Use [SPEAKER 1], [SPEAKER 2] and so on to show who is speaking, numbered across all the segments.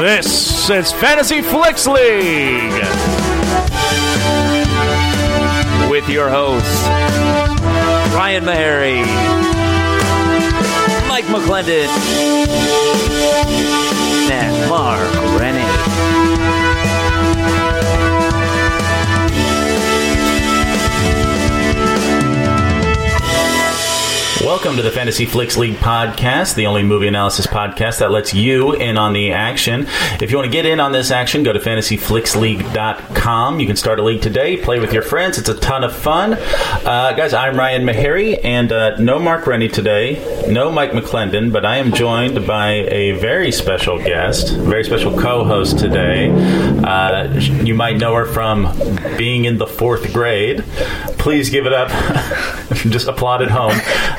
[SPEAKER 1] This is Fantasy Flicks League with your hosts, Ryan Mahary, Mike McClendon, and Mark Rennie.
[SPEAKER 2] Welcome to the Fantasy Flicks League podcast, the only movie analysis podcast that lets you in on the action. If you want to get in on this action, go to fantasyflicksleague.com. You can start a league today, play with your friends. It's a ton of fun. Uh, guys, I'm Ryan Meharry, and uh, no Mark Rennie today, no Mike McClendon, but I am joined by a very special guest, very special co host today. Uh, you might know her from being in the fourth grade. Please give it up. Just applaud at home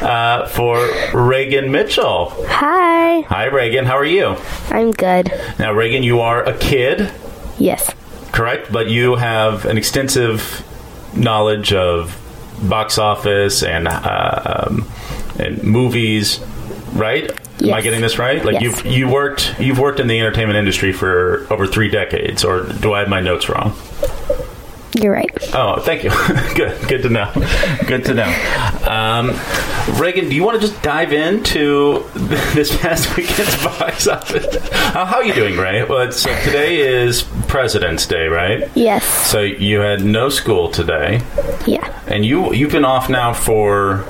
[SPEAKER 2] uh, for Reagan Mitchell.
[SPEAKER 3] Hi,
[SPEAKER 2] Hi, Reagan. How are you?
[SPEAKER 3] I'm good.
[SPEAKER 2] Now, Reagan, you are a kid,
[SPEAKER 3] Yes,
[SPEAKER 2] correct? But you have an extensive knowledge of box office and uh, um, and movies, right? Am I
[SPEAKER 3] Yes.
[SPEAKER 2] getting this right? Like
[SPEAKER 3] Yes.
[SPEAKER 2] you've you worked you've worked in the entertainment industry for over three decades, or do I have my notes wrong?
[SPEAKER 3] you're right.
[SPEAKER 2] Oh, thank you. good, good to know. Good to know. Um, Reagan, do you want to just dive into this past weekend's box office? Uh, how are you doing, Ray? Well, it's, so today is President's Day, right?
[SPEAKER 3] Yes,
[SPEAKER 2] So you had no school today,
[SPEAKER 3] yeah,
[SPEAKER 2] and you you've been off now for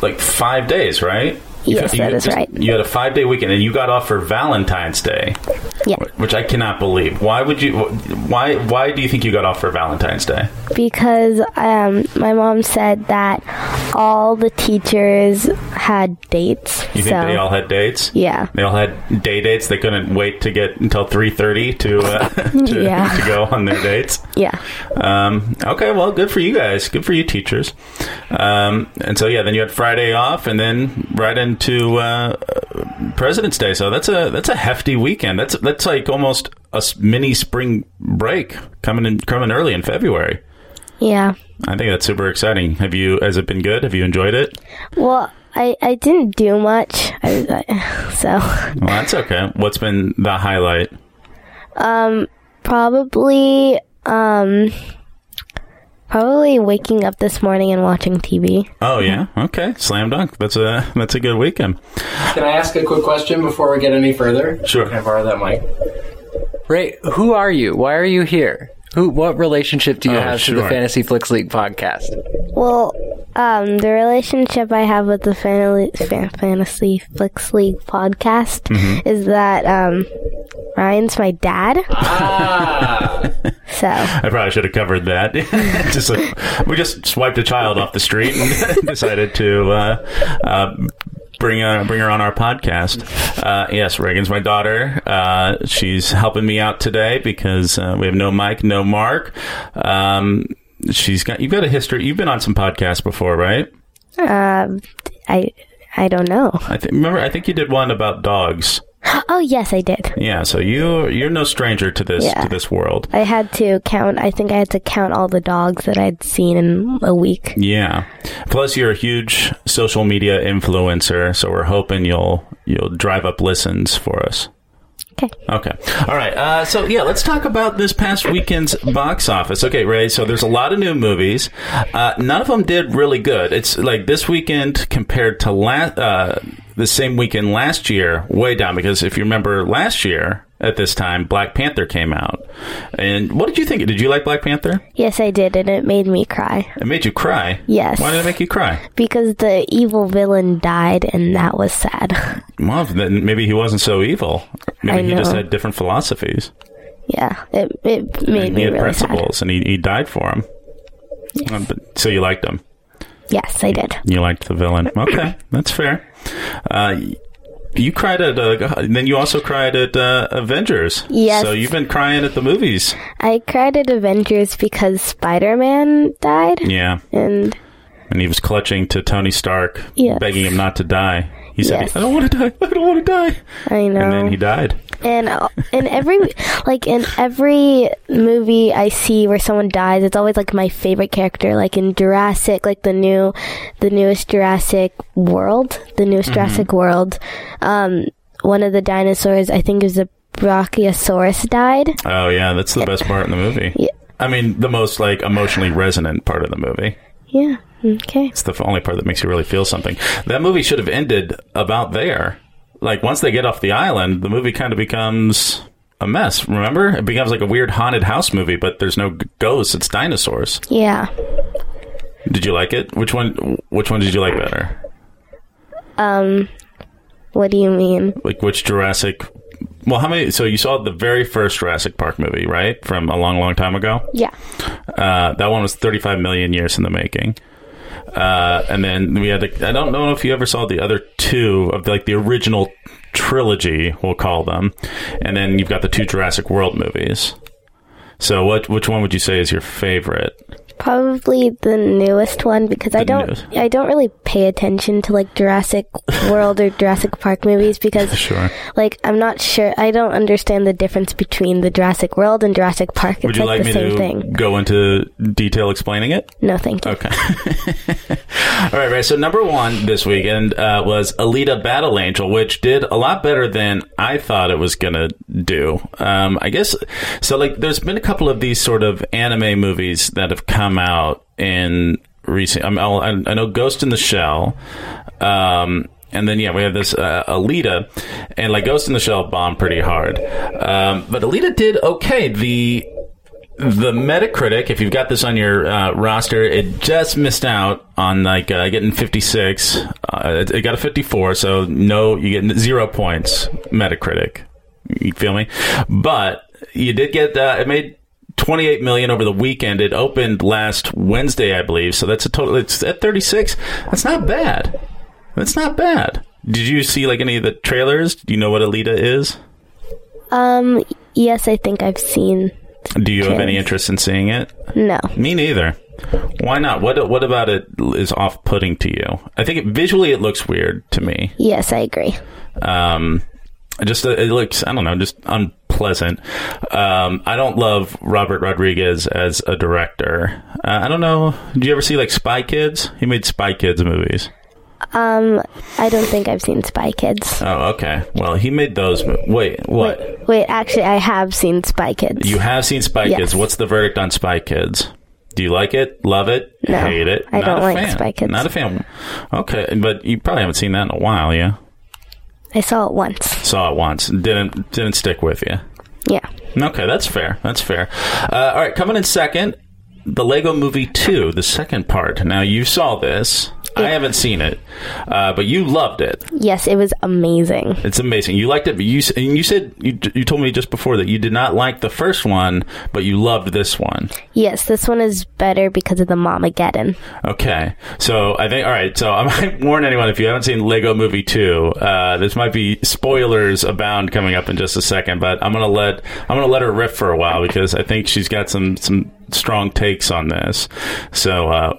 [SPEAKER 2] like five days, right? You-
[SPEAKER 3] Yes,
[SPEAKER 2] you
[SPEAKER 3] that is
[SPEAKER 2] just-
[SPEAKER 3] right.
[SPEAKER 2] You had a five day weekend, and you got off for Valentine's Day,
[SPEAKER 3] yeah.
[SPEAKER 2] which I cannot believe. Why would you? Why why do you think you got off for Valentine's Day?
[SPEAKER 3] Because um, my mom said that all the teachers had dates.
[SPEAKER 2] You
[SPEAKER 3] so
[SPEAKER 2] think they all had dates?
[SPEAKER 3] yeah,
[SPEAKER 2] They all had day dates. They couldn't wait to get until three thirty to uh, to,
[SPEAKER 3] Yeah.
[SPEAKER 2] to go on their dates.
[SPEAKER 3] yeah,
[SPEAKER 2] Um, okay, well, good for you guys. Good for you teachers. Um, and so yeah, then you had Friday off, and then right into uh, President's Day. So that's a that's a hefty weekend. That's that's like almost a s- mini spring break coming in coming early in February.
[SPEAKER 3] yeah.
[SPEAKER 2] I think that's super exciting. Have you? Has it been good? Have you enjoyed it?
[SPEAKER 3] Well, I I didn't do much. I, I, so
[SPEAKER 2] Well, that's okay. What's been the highlight?
[SPEAKER 3] probably um. Probably waking up this morning and watching TV.
[SPEAKER 2] Oh yeah, okay, slam dunk. That's a that's a good weekend.
[SPEAKER 4] Can I ask a quick question before we get any further?
[SPEAKER 2] Sure.
[SPEAKER 4] Can I borrow that mic? Ray, who are you? Why are you here? Who? What relationship do you
[SPEAKER 2] Oh,
[SPEAKER 4] have to
[SPEAKER 2] sure.
[SPEAKER 4] the Fantasy Flicks League podcast?
[SPEAKER 3] Well, um, the relationship I have with the Fanali- Fan- Fantasy Flicks League podcast is that um, Ryan's my dad. Ah. so,
[SPEAKER 2] I probably should have covered that. just like, we just swiped a child off the street and decided to uh, uh, bring her, bring her on our podcast. Uh, yes, Reagan's my daughter. Uh, she's helping me out today because uh, we have no Mike, no Mark. Um, she's got you've got a history. You've been on some podcasts before, right?
[SPEAKER 3] um, I I don't know.
[SPEAKER 2] I think remember. I think you did one about dogs.
[SPEAKER 3] Oh, yes, I did.
[SPEAKER 2] Yeah, so you you're no stranger to this
[SPEAKER 3] Yeah.
[SPEAKER 2] to this world.
[SPEAKER 3] I had to count. I think I had to count all the dogs that I'd seen in a week.
[SPEAKER 2] Yeah. Plus, you're a huge social media influencer, so we're hoping you'll you'll drive up listens for us.
[SPEAKER 3] Okay.
[SPEAKER 2] Okay. All right. Uh, so yeah, let's talk about this past weekend's box office. Okay, Ray. So there's a lot of new movies. Uh, none of them did really good. It's like this weekend compared to last uh, the same weekend last year, way down. Because if you remember last year at this time, Black Panther came out. And what did you think? Did you like Black Panther?
[SPEAKER 3] Yes, I did, and it made me cry
[SPEAKER 2] It made you cry.
[SPEAKER 3] Yes.
[SPEAKER 2] Why did it make you cry?
[SPEAKER 3] because the evil villain died, and that was sad.
[SPEAKER 2] Well, then maybe he wasn't so evil. Maybe
[SPEAKER 3] I
[SPEAKER 2] he just
[SPEAKER 3] know.
[SPEAKER 2] had different philosophies.
[SPEAKER 3] yeah, it it made
[SPEAKER 2] and he
[SPEAKER 3] me
[SPEAKER 2] had
[SPEAKER 3] really sad.
[SPEAKER 2] principles, and he, he died for him. Um, but, so you liked him.
[SPEAKER 3] Yes, I did.
[SPEAKER 2] You liked the villain. Okay, that's fair. Uh, you cried at, uh, then you also cried at uh, Avengers.
[SPEAKER 3] Yes.
[SPEAKER 2] So you've been crying at the movies.
[SPEAKER 3] I cried at Avengers because Spider Man died.
[SPEAKER 2] Yeah.
[SPEAKER 3] And
[SPEAKER 2] And he was clutching to Tony Stark,
[SPEAKER 3] Yes.
[SPEAKER 2] begging him not to die. He said,
[SPEAKER 3] Yes. Oh.
[SPEAKER 2] I don't want to die. I don't want to die.
[SPEAKER 3] I know.
[SPEAKER 2] And then he died.
[SPEAKER 3] and uh, in every like in every movie I see where someone dies, it's always like my favorite character. Like in Jurassic, like the new, the newest Jurassic
[SPEAKER 2] Mm-hmm.
[SPEAKER 3] World, the newest Jurassic World. Um, one of the dinosaurs, I think, is a Brachiosaurus died.
[SPEAKER 2] Oh yeah, that's the best part in the movie.
[SPEAKER 3] Yeah.
[SPEAKER 2] I mean, the most like emotionally resonant part of the movie.
[SPEAKER 3] Yeah. Okay.
[SPEAKER 2] It's the only part that makes you really feel something. That movie should have ended about there. Like once they get off the island, the movie kind of becomes a mess. Remember, it becomes like a weird haunted house movie, but there's no g- ghosts. It's dinosaurs.
[SPEAKER 3] Yeah.
[SPEAKER 2] Did you like it? Which one? Which one did you like better?
[SPEAKER 3] What do you mean?
[SPEAKER 2] Like which Jurassic? Well, how many? So you saw the very first Jurassic Park movie, right? From a long, long time ago.
[SPEAKER 3] Yeah.
[SPEAKER 2] Uh, that one was 35 million years in the making. Uh, and then we had, the, I don't know if you ever saw the other two of like the original trilogy, we'll call them. And then you've got the two Jurassic World movies. So what, which one would you say is your favorite?
[SPEAKER 3] Probably the newest one because I
[SPEAKER 2] The
[SPEAKER 3] don't
[SPEAKER 2] newest.
[SPEAKER 3] I don't really pay attention to like Jurassic World or Jurassic Park movies because
[SPEAKER 2] Sure.
[SPEAKER 3] like I'm not sure I don't understand the difference between the Jurassic World and Jurassic Park. It's
[SPEAKER 2] Would you like,
[SPEAKER 3] like, the
[SPEAKER 2] me
[SPEAKER 3] same
[SPEAKER 2] to
[SPEAKER 3] thing.
[SPEAKER 2] go into detail explaining it?
[SPEAKER 3] No, thank you.
[SPEAKER 2] Okay. All right, right. So number one this weekend uh, was Alita Battle Angel, which did a lot better than I thought it was gonna do. Um, I guess so. Like, there's been a couple of these sort of anime movies that have come out in recent. I, mean, I'll, I I know Ghost in the Shell. Um, and then yeah, we have this uh, Alita, and like Ghost in the Shell bombed pretty hard, um, but Alita did okay. The the Metacritic, if you've got this on your uh, roster, it just missed out on like uh, getting 56. Uh, it, it got a 54, so no, you get zero points Metacritic. You feel me? But you did get uh, it made 28 million over the weekend. It opened last Wednesday, I believe. So that's a total. It's at 36. That's not bad. That's not bad. Did you see like any of the trailers? Do you know what Alita is?
[SPEAKER 3] Um yes, I think I've seen
[SPEAKER 2] Do you have any
[SPEAKER 3] Trailers.
[SPEAKER 2] interest in seeing it?
[SPEAKER 3] no.
[SPEAKER 2] Me neither. Why not? What what about it is off putting to you? I think it, visually it looks weird to me.
[SPEAKER 3] Yes, I agree.
[SPEAKER 2] Um, just uh, it looks I don't know, just unpleasant. Um, I don't love Robert Rodriguez as a director. Uh, I don't know. Do you ever see like Spy Kids? He made Spy Kids movies.
[SPEAKER 3] Um I don't think I've seen Spy Kids.
[SPEAKER 2] Oh, okay. Well, he made those. mo- Wait, what?
[SPEAKER 3] Wait, wait, actually I have seen Spy Kids.
[SPEAKER 2] Oh. You have seen Spy
[SPEAKER 3] Yes.
[SPEAKER 2] Kids. What's the verdict on Spy Kids? Do you like it? Love it?
[SPEAKER 3] No,
[SPEAKER 2] hate it?
[SPEAKER 3] I don't
[SPEAKER 2] a
[SPEAKER 3] like
[SPEAKER 2] fan.
[SPEAKER 3] Spy Kids.
[SPEAKER 2] Not a fan. Okay, but you probably haven't seen that in a while, yeah?
[SPEAKER 3] I saw it once.
[SPEAKER 2] Saw it once. Didn't didn't stick with you.
[SPEAKER 3] Yeah.
[SPEAKER 2] Okay, that's fair. That's fair. Uh, all right, coming in second, the Lego Movie Two, the second part. Now you saw this. I haven't seen it, uh, but you loved it.
[SPEAKER 3] Yes, it was amazing.
[SPEAKER 2] It's amazing. You liked it, but you s- and you said you you told me just before that you did not like the first one, but you loved this one.
[SPEAKER 3] Yes, this one is better because of the Momageddon.
[SPEAKER 2] Okay, so I think all right. So I might warn anyone if you haven't seen Lego Movie Two, uh, this might be spoilers abound coming up in just a second. But I'm gonna let I'm gonna let her riff for a while because I think she's got some some strong takes on this. So uh,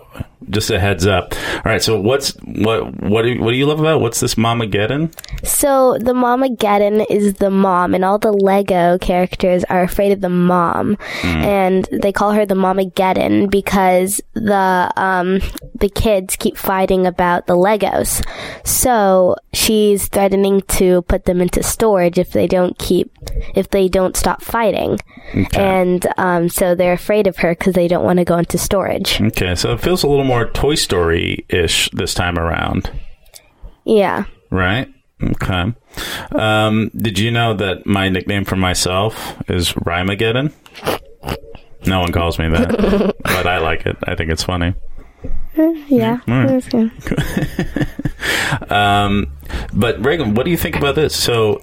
[SPEAKER 2] just a heads up. All right. So what's what what do you, what do you love about it? what's this Mamageddon?
[SPEAKER 3] So the Momageddon is the mom, and all the Lego characters are afraid of the mom, and they call her the Momageddon because the um the kids keep fighting about the Legos. So she's threatening to put them into storage if they don't keep if they don't stop fighting, and um so they're afraid of her because they don't want to go into storage.
[SPEAKER 2] Okay, so it feels a little more Toy Story ish this time around.
[SPEAKER 3] Yeah.
[SPEAKER 2] Right. Okay. Um, did you know that my nickname for myself is Rhymageddon? No one calls me that, but I like it. I think it's funny.
[SPEAKER 3] Yeah. That's good.
[SPEAKER 2] Um, but Reagan, what do you think about this? So,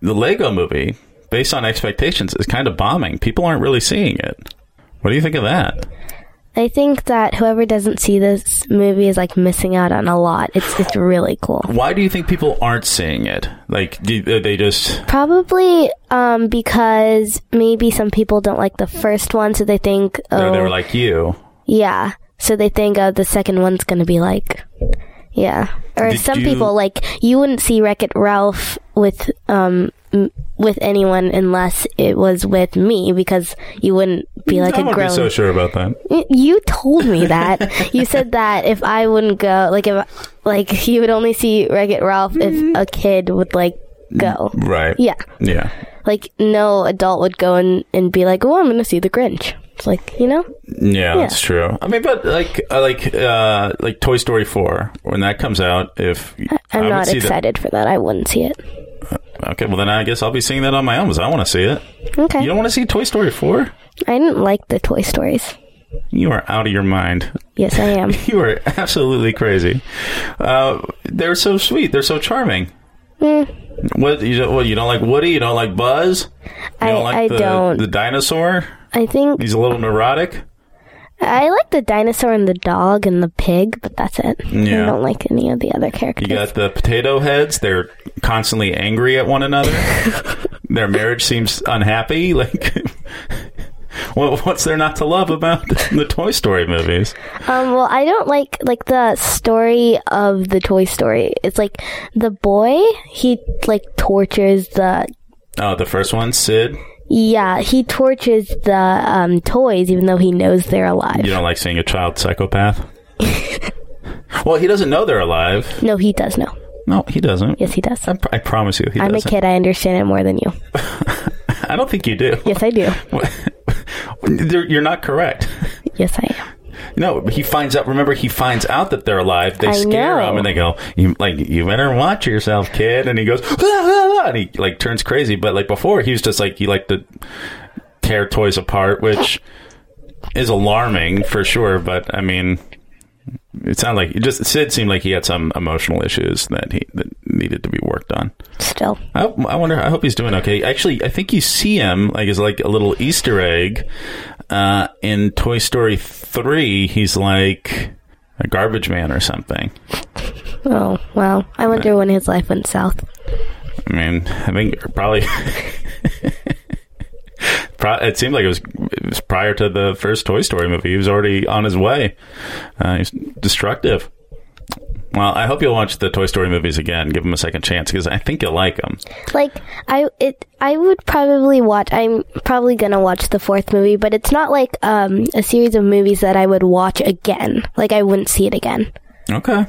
[SPEAKER 2] the Lego movie, based on expectations, is kind of bombing. People aren't really seeing it. What do you think of that?
[SPEAKER 3] I think that whoever doesn't see this movie is like missing out on a lot. It's it's really cool.
[SPEAKER 2] Why do you think people aren't seeing it? Like, do are they just
[SPEAKER 3] Probably um, because maybe some people don't like the first one, so they think,
[SPEAKER 2] or
[SPEAKER 3] oh,
[SPEAKER 2] they were like you?
[SPEAKER 3] yeah. So they think, oh, the second one's gonna be like, yeah. Or
[SPEAKER 2] Did
[SPEAKER 3] some
[SPEAKER 2] you-
[SPEAKER 3] people like you wouldn't see Wreck It Ralph with um m- with anyone unless it was with me because you wouldn't be like
[SPEAKER 2] Mm, I
[SPEAKER 3] a
[SPEAKER 2] wouldn't
[SPEAKER 3] grown
[SPEAKER 2] be so sure about that.
[SPEAKER 3] Y- You told me that. you said that if
[SPEAKER 2] Mm-hmm.
[SPEAKER 3] I wouldn't go, like if like you would only see Wreck-It Ralph if a kid would like go.
[SPEAKER 2] Right.
[SPEAKER 3] Yeah.
[SPEAKER 2] Yeah.
[SPEAKER 3] Like no adult would go and, and be like, "Oh, I'm going to see the Grinch." It's like, you know?
[SPEAKER 2] Yeah, that's true. I mean, but like, I like, uh, like Toy Story four when that comes out. If
[SPEAKER 3] I'm
[SPEAKER 2] would
[SPEAKER 3] not
[SPEAKER 2] see
[SPEAKER 3] excited for that. I wouldn't see it.
[SPEAKER 2] That. Okay, well then I guess I'll be seeing that on my own because I want to see it.
[SPEAKER 3] Okay.
[SPEAKER 2] You don't want to see Toy Story four?
[SPEAKER 3] I didn't like the Toy Stories.
[SPEAKER 2] You are out of your mind.
[SPEAKER 3] Yes, I am.
[SPEAKER 2] You are absolutely crazy. Uh, they're so sweet. They're so charming.
[SPEAKER 3] Mm.
[SPEAKER 2] What you don't, what you don't like Woody? You don't like Buzz? You
[SPEAKER 3] I,
[SPEAKER 2] don't like
[SPEAKER 3] I
[SPEAKER 2] the,
[SPEAKER 3] don't.
[SPEAKER 2] the dinosaur?
[SPEAKER 3] I think
[SPEAKER 2] He's a little neurotic.
[SPEAKER 3] I like the dinosaur and the dog and the pig, but that's it.
[SPEAKER 2] Yeah.
[SPEAKER 3] I don't like any of the other
[SPEAKER 2] You
[SPEAKER 3] characters.
[SPEAKER 2] got the potato heads. They're constantly angry at one another. Their marriage seems unhappy. Like, what, what's there not to love about the Toy Story movies?
[SPEAKER 3] Um, well, I don't like like the story of the Toy Story. It's like the boy he like tortures the
[SPEAKER 2] Oh, the first one, Sid.
[SPEAKER 3] yeah he tortures the um, toys even though he knows they're alive.
[SPEAKER 2] You don't like seeing a child psychopath. well, he doesn't know they're alive.
[SPEAKER 3] No, he does know.
[SPEAKER 2] No, he doesn't.
[SPEAKER 3] Yes, he does.
[SPEAKER 2] I, pr- I promise you, he
[SPEAKER 3] I'm a
[SPEAKER 2] doesn't.
[SPEAKER 3] kid. I understand it more than you.
[SPEAKER 2] I don't think you do.
[SPEAKER 3] Yes, I do.
[SPEAKER 2] They're- You're not correct.
[SPEAKER 3] Yes, I am.
[SPEAKER 2] No, he finds out. Remember, he finds out that they're alive. They
[SPEAKER 3] I
[SPEAKER 2] scare
[SPEAKER 3] know.
[SPEAKER 2] him, and they go, "You like, you better watch yourself, kid." And he goes, "Ah, ah, ah," and he like turns crazy. But like before, he was just like he liked to tear toys apart, which is alarming for sure. But I mean, it sounded like it just Sid seemed like he had some emotional issues that he that needed to be worked on.
[SPEAKER 3] Still,
[SPEAKER 2] I, I wonder. I hope he's doing okay. Actually, I think you see him like as like a little Easter egg uh, in Toy Story three. He's like a garbage man or something.
[SPEAKER 3] oh well. I wonder when his life went south.
[SPEAKER 2] I mean, I think probably. Pro- It seemed like it was, it was prior to the first Toy Story movie. He was already on his way. Uh, he's destructive. Well, I hope you'll watch the Toy Story movies again. Give them a second chance because I think you'll like them.
[SPEAKER 3] Like I it I would probably watch I'm probably gonna watch the fourth movie, but it's not like um a series of movies that I would watch again. Like I wouldn't see it again.
[SPEAKER 2] Okay.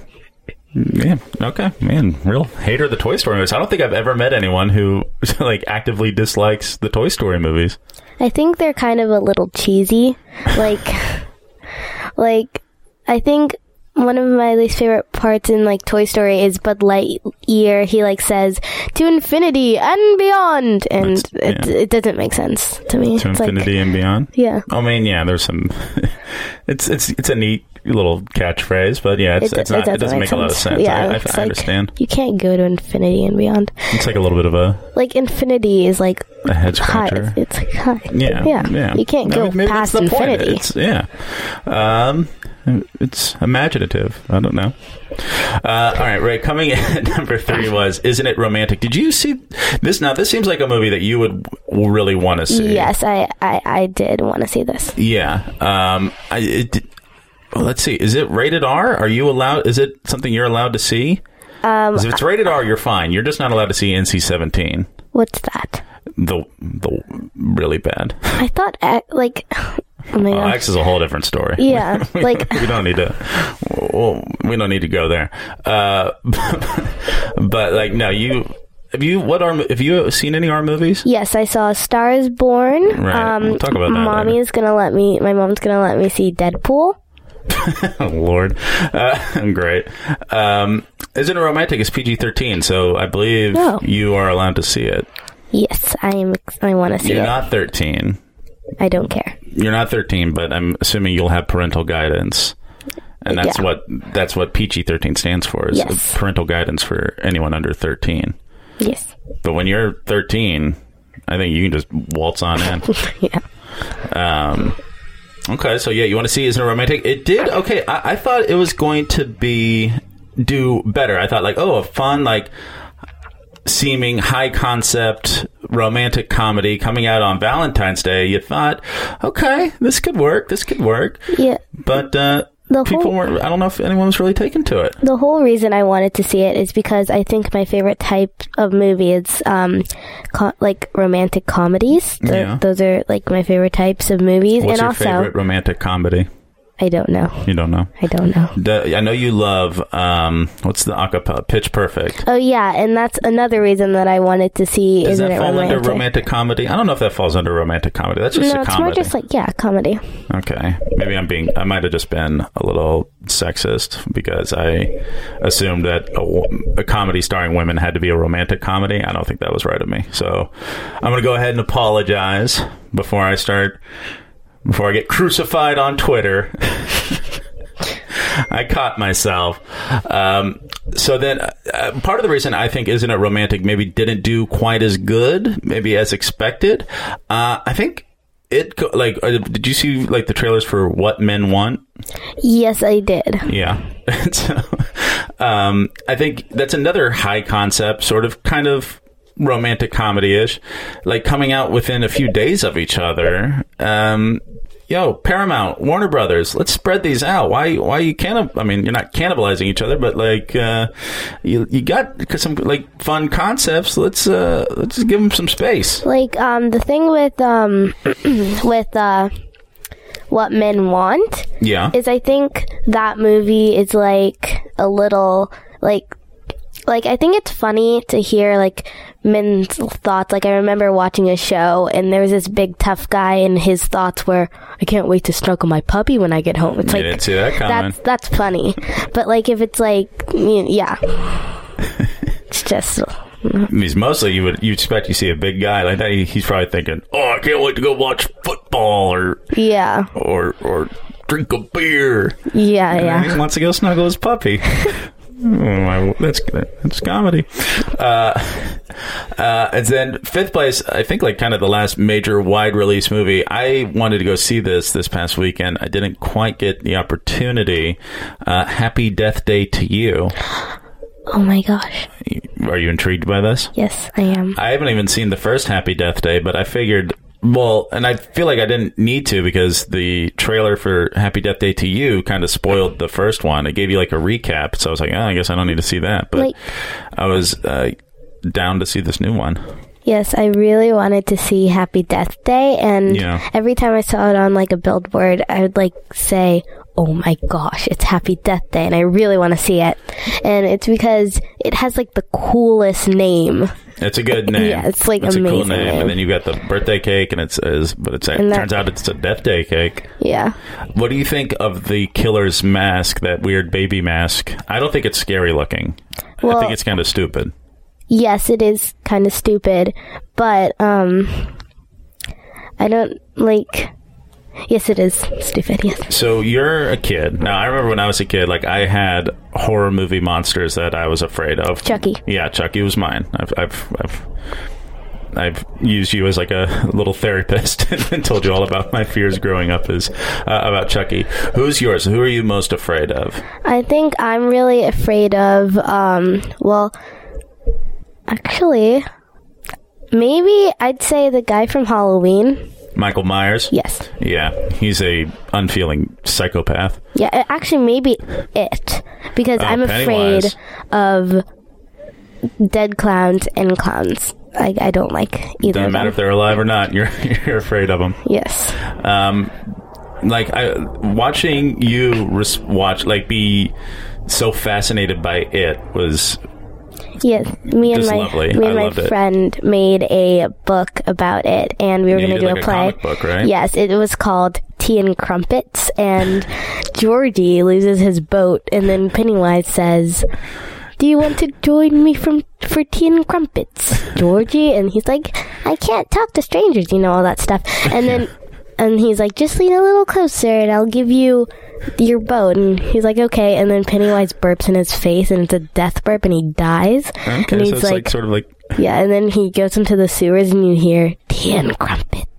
[SPEAKER 2] Yeah. Okay. Man, real hater of the Toy Story movies. I don't think I've ever met anyone who like actively dislikes the Toy Story movies.
[SPEAKER 3] I think they're kind of a little cheesy. Like like I think one of my least favorite parts in like Toy Story is Bud Lightyear. He like says to infinity and beyond, and
[SPEAKER 2] That's-
[SPEAKER 3] it, it doesn't make sense to me.
[SPEAKER 2] To
[SPEAKER 3] It's like-
[SPEAKER 2] infinity and beyond.
[SPEAKER 3] yeah,
[SPEAKER 2] I mean, yeah, there's some. it's it's it's a neat little catchphrase, but yeah, it's,
[SPEAKER 3] It-
[SPEAKER 2] it's not. It doesn't make, a lot of sense.
[SPEAKER 3] Yeah,
[SPEAKER 2] I, I,
[SPEAKER 3] it's
[SPEAKER 2] I
[SPEAKER 3] like-
[SPEAKER 2] understand.
[SPEAKER 3] you can't go to infinity and beyond.
[SPEAKER 2] It's like a little bit of a,
[SPEAKER 3] like infinity is like
[SPEAKER 2] a head
[SPEAKER 3] high.
[SPEAKER 2] scratcher.
[SPEAKER 3] It's like high.
[SPEAKER 2] Yeah,
[SPEAKER 3] yeah. You can't
[SPEAKER 2] I
[SPEAKER 3] go
[SPEAKER 2] mean, maybe that's
[SPEAKER 3] past
[SPEAKER 2] the point.
[SPEAKER 3] infinity.
[SPEAKER 2] It's, yeah, um, it's imaginative. I don't know. Uh, all right, Ray. Coming in at number three was "Isn't It Romantic?" Did you see this? Now, this seems like a movie that you would w- really want to see.
[SPEAKER 3] yes, I, I I did want to see this.
[SPEAKER 2] Yeah. Um, I, it, did- well, let's see. Is it rated R? Are you allowed? Is it something you're allowed to see? Um, if it's rated R, you're fine. You're just not allowed to see NC-17.
[SPEAKER 3] What's that?
[SPEAKER 2] The the really bad.
[SPEAKER 3] I thought X, like oh my
[SPEAKER 2] Oh,
[SPEAKER 3] god.
[SPEAKER 2] X is a whole different story.
[SPEAKER 3] yeah, like
[SPEAKER 2] we don't need to. Well, we don't need to go there. Uh, but like, no, you have you what are have you seen any R movies?
[SPEAKER 3] yes, I saw Stars Born. Um,
[SPEAKER 2] Right, we'll talk about that
[SPEAKER 3] Mommy
[SPEAKER 2] later.
[SPEAKER 3] is gonna let me. My mom's gonna let me see Deadpool.
[SPEAKER 2] Oh Lord, uh, great. Um, isn't it romantic? It's PG thirteen, so I believe
[SPEAKER 3] No.
[SPEAKER 2] you are allowed to see it.
[SPEAKER 3] Yes, I am. ex- I want to see
[SPEAKER 2] You're
[SPEAKER 3] it.
[SPEAKER 2] not thirteen.
[SPEAKER 3] I don't care.
[SPEAKER 2] You're not thirteen, but I'm assuming you'll have parental guidance, and that's
[SPEAKER 3] Yeah.
[SPEAKER 2] what that's what PG thirteen stands for is
[SPEAKER 3] Yes.
[SPEAKER 2] parental guidance for anyone under thirteen.
[SPEAKER 3] Yes.
[SPEAKER 2] But when you're thirteen, I think you can just waltz on in.
[SPEAKER 3] yeah.
[SPEAKER 2] Okay, so yeah, you want to see Isn't It Romantic? It did. Okay, I, I thought it was going to be do better. I thought like, oh, a fun like seeming high concept romantic comedy coming out on Valentine's Day. You thought, okay, this could work. This could work.
[SPEAKER 3] Yeah.
[SPEAKER 2] But uh,
[SPEAKER 3] The
[SPEAKER 2] people
[SPEAKER 3] whole-
[SPEAKER 2] weren't. I don't know if anyone was really taken to it.
[SPEAKER 3] The whole reason I wanted to see it is because I think my favorite type of movie is um, co- like romantic comedies. Th-
[SPEAKER 2] Yeah.
[SPEAKER 3] Those are like my favorite types of movies,
[SPEAKER 2] What's
[SPEAKER 3] and
[SPEAKER 2] your
[SPEAKER 3] also
[SPEAKER 2] favorite romantic comedy?
[SPEAKER 3] I don't know.
[SPEAKER 2] You don't know.
[SPEAKER 3] I don't know.
[SPEAKER 2] The, I know you love um, what's the acapella? Pitch Perfect.
[SPEAKER 3] Oh yeah, and that's another reason that I wanted to see.
[SPEAKER 2] Does
[SPEAKER 3] Isn't
[SPEAKER 2] that
[SPEAKER 3] it
[SPEAKER 2] fall
[SPEAKER 3] romantic?
[SPEAKER 2] under romantic comedy? I don't know if that falls under romantic comedy. That's just
[SPEAKER 3] No,
[SPEAKER 2] a
[SPEAKER 3] it's more
[SPEAKER 2] comedy.
[SPEAKER 3] just like yeah, comedy.
[SPEAKER 2] okay, maybe I'm being. I might have just been a little sexist because I assumed that a, wo- a comedy starring women had to be a romantic comedy. I don't think that was right of me. So I'm going to go ahead and apologize before I start. Before I get crucified on Twitter. I caught myself. Um, so then, uh, part of the reason I think Isn't It Romantic maybe didn't do quite as good, maybe as expected. Uh, I think it, go- like, uh, did you see, like, the trailers for What Men Want?
[SPEAKER 3] Yes, I did.
[SPEAKER 2] Yeah. so, um, I think that's another high concept, sort of kind of romantic comedy ish, like coming out within a few days of each other. Um, yo, Paramount, Warner Brothers, let's spread these out. Why, why you can't, I mean, you're not cannibalizing each other, but like, uh, you, you got some like fun concepts. Let's, uh, let's just give them some space.
[SPEAKER 3] Like um, the thing with um, with uh, what men want
[SPEAKER 2] Yeah.
[SPEAKER 3] is I think that movie is like a little like like I think it's funny to hear like men's thoughts. Like I remember watching a show and there was this big tough guy and his thoughts were, I can't wait to snuggle my puppy when I get home. It's
[SPEAKER 2] You
[SPEAKER 3] like
[SPEAKER 2] didn't see that coming.
[SPEAKER 3] that's that's funny. but like if it's like y- yeah. it's just
[SPEAKER 2] I mean, it's mostly you would you expect you see a big guy like that. He, he's probably thinking, "Oh, I can't wait to go watch football or
[SPEAKER 3] yeah.
[SPEAKER 2] or or drink a beer."
[SPEAKER 3] Yeah,
[SPEAKER 2] And
[SPEAKER 3] yeah.
[SPEAKER 2] he wants to go snuggle his puppy. Oh, my- that's that's comedy. Uh, uh, and then fifth place, I think, like kind of the last major wide release movie. I wanted to go see this this past weekend. I didn't quite get the opportunity. Uh, Happy Death Day to you.
[SPEAKER 3] Oh my gosh.
[SPEAKER 2] Are you intrigued by this?
[SPEAKER 3] Yes, I am.
[SPEAKER 2] I haven't even seen the first Happy Death Day, but I figured, well, and I feel like I didn't need to because the trailer for Happy Death Day to You kind of spoiled the first one. It gave you like a recap, so I was like, oh, I guess I don't need to see that. But
[SPEAKER 3] Like-
[SPEAKER 2] I was uh, down to see this new one.
[SPEAKER 3] Yes, I really wanted to see Happy Death Day, and
[SPEAKER 2] Yeah.
[SPEAKER 3] every time I saw it on like a billboard, I would like say, "Oh my gosh, it's Happy Death Day," and I really want to see it. And it's because it has like the coolest name,
[SPEAKER 2] It's a good name.
[SPEAKER 3] Yeah, it's, like,
[SPEAKER 2] it's a cool
[SPEAKER 3] amazing
[SPEAKER 2] name.
[SPEAKER 3] name.
[SPEAKER 2] And then you've got the birthday cake, and it's is, but it's it
[SPEAKER 3] And that-
[SPEAKER 2] turns out it's a death day cake.
[SPEAKER 3] yeah.
[SPEAKER 2] What do you think of the killer's mask? That weird baby mask. I don't think it's scary looking. I
[SPEAKER 3] Well-
[SPEAKER 2] think it's kind of stupid.
[SPEAKER 3] Yes, it is kind of stupid, but um, I don't like. Yes, it is stupid. Yes.
[SPEAKER 2] So you're a kid. Now I remember when I was a kid, like I had horror movie monsters that I was afraid of.
[SPEAKER 3] Chucky.
[SPEAKER 2] Yeah, Chucky was mine. I've I've I've, I've used you as like a little therapist and told you all about my fears growing up as uh, about Chucky. Who's yours? Who are you most afraid of?
[SPEAKER 3] I think I'm really afraid of, um, well, actually, maybe I'd say the guy from Halloween.
[SPEAKER 2] Michael Myers.
[SPEAKER 3] Yes.
[SPEAKER 2] Yeah, he's a unfeeling psychopath.
[SPEAKER 3] Yeah, a- actually, maybe it. Because I'm
[SPEAKER 2] Oh, Pennywise.
[SPEAKER 3] afraid of dead clowns and clowns. I, I don't like either
[SPEAKER 2] Doesn't
[SPEAKER 3] of
[SPEAKER 2] matter
[SPEAKER 3] them.
[SPEAKER 2] if they're alive or not. You're you're afraid of them.
[SPEAKER 3] yes.
[SPEAKER 2] um, like I, watching you res- watch like be so fascinated by it was
[SPEAKER 3] Yes. Me and
[SPEAKER 2] Just
[SPEAKER 3] my,
[SPEAKER 2] lovely.
[SPEAKER 3] Me
[SPEAKER 2] I
[SPEAKER 3] and my
[SPEAKER 2] loved it.
[SPEAKER 3] friend made a book about it, and we were
[SPEAKER 2] Yeah, you
[SPEAKER 3] going to
[SPEAKER 2] did
[SPEAKER 3] do
[SPEAKER 2] like a
[SPEAKER 3] a
[SPEAKER 2] comic
[SPEAKER 3] play.
[SPEAKER 2] book, right?
[SPEAKER 3] Yes, it was called Tea and Crumpets, and Georgie loses his boat, and then Pennywise says, "Do you want to join me from for tea and crumpets, Georgie?" And he's like, "I can't talk to strangers, you know all that stuff." And then. And he's like, just lean a little closer and I'll give you your boat. And he's like, okay. And then Pennywise burps in his face and it's a death burp and he dies.
[SPEAKER 2] okay.
[SPEAKER 3] and
[SPEAKER 2] so it's like, sort of like
[SPEAKER 3] yeah, and then he goes into the sewers and you hear tea and crumpets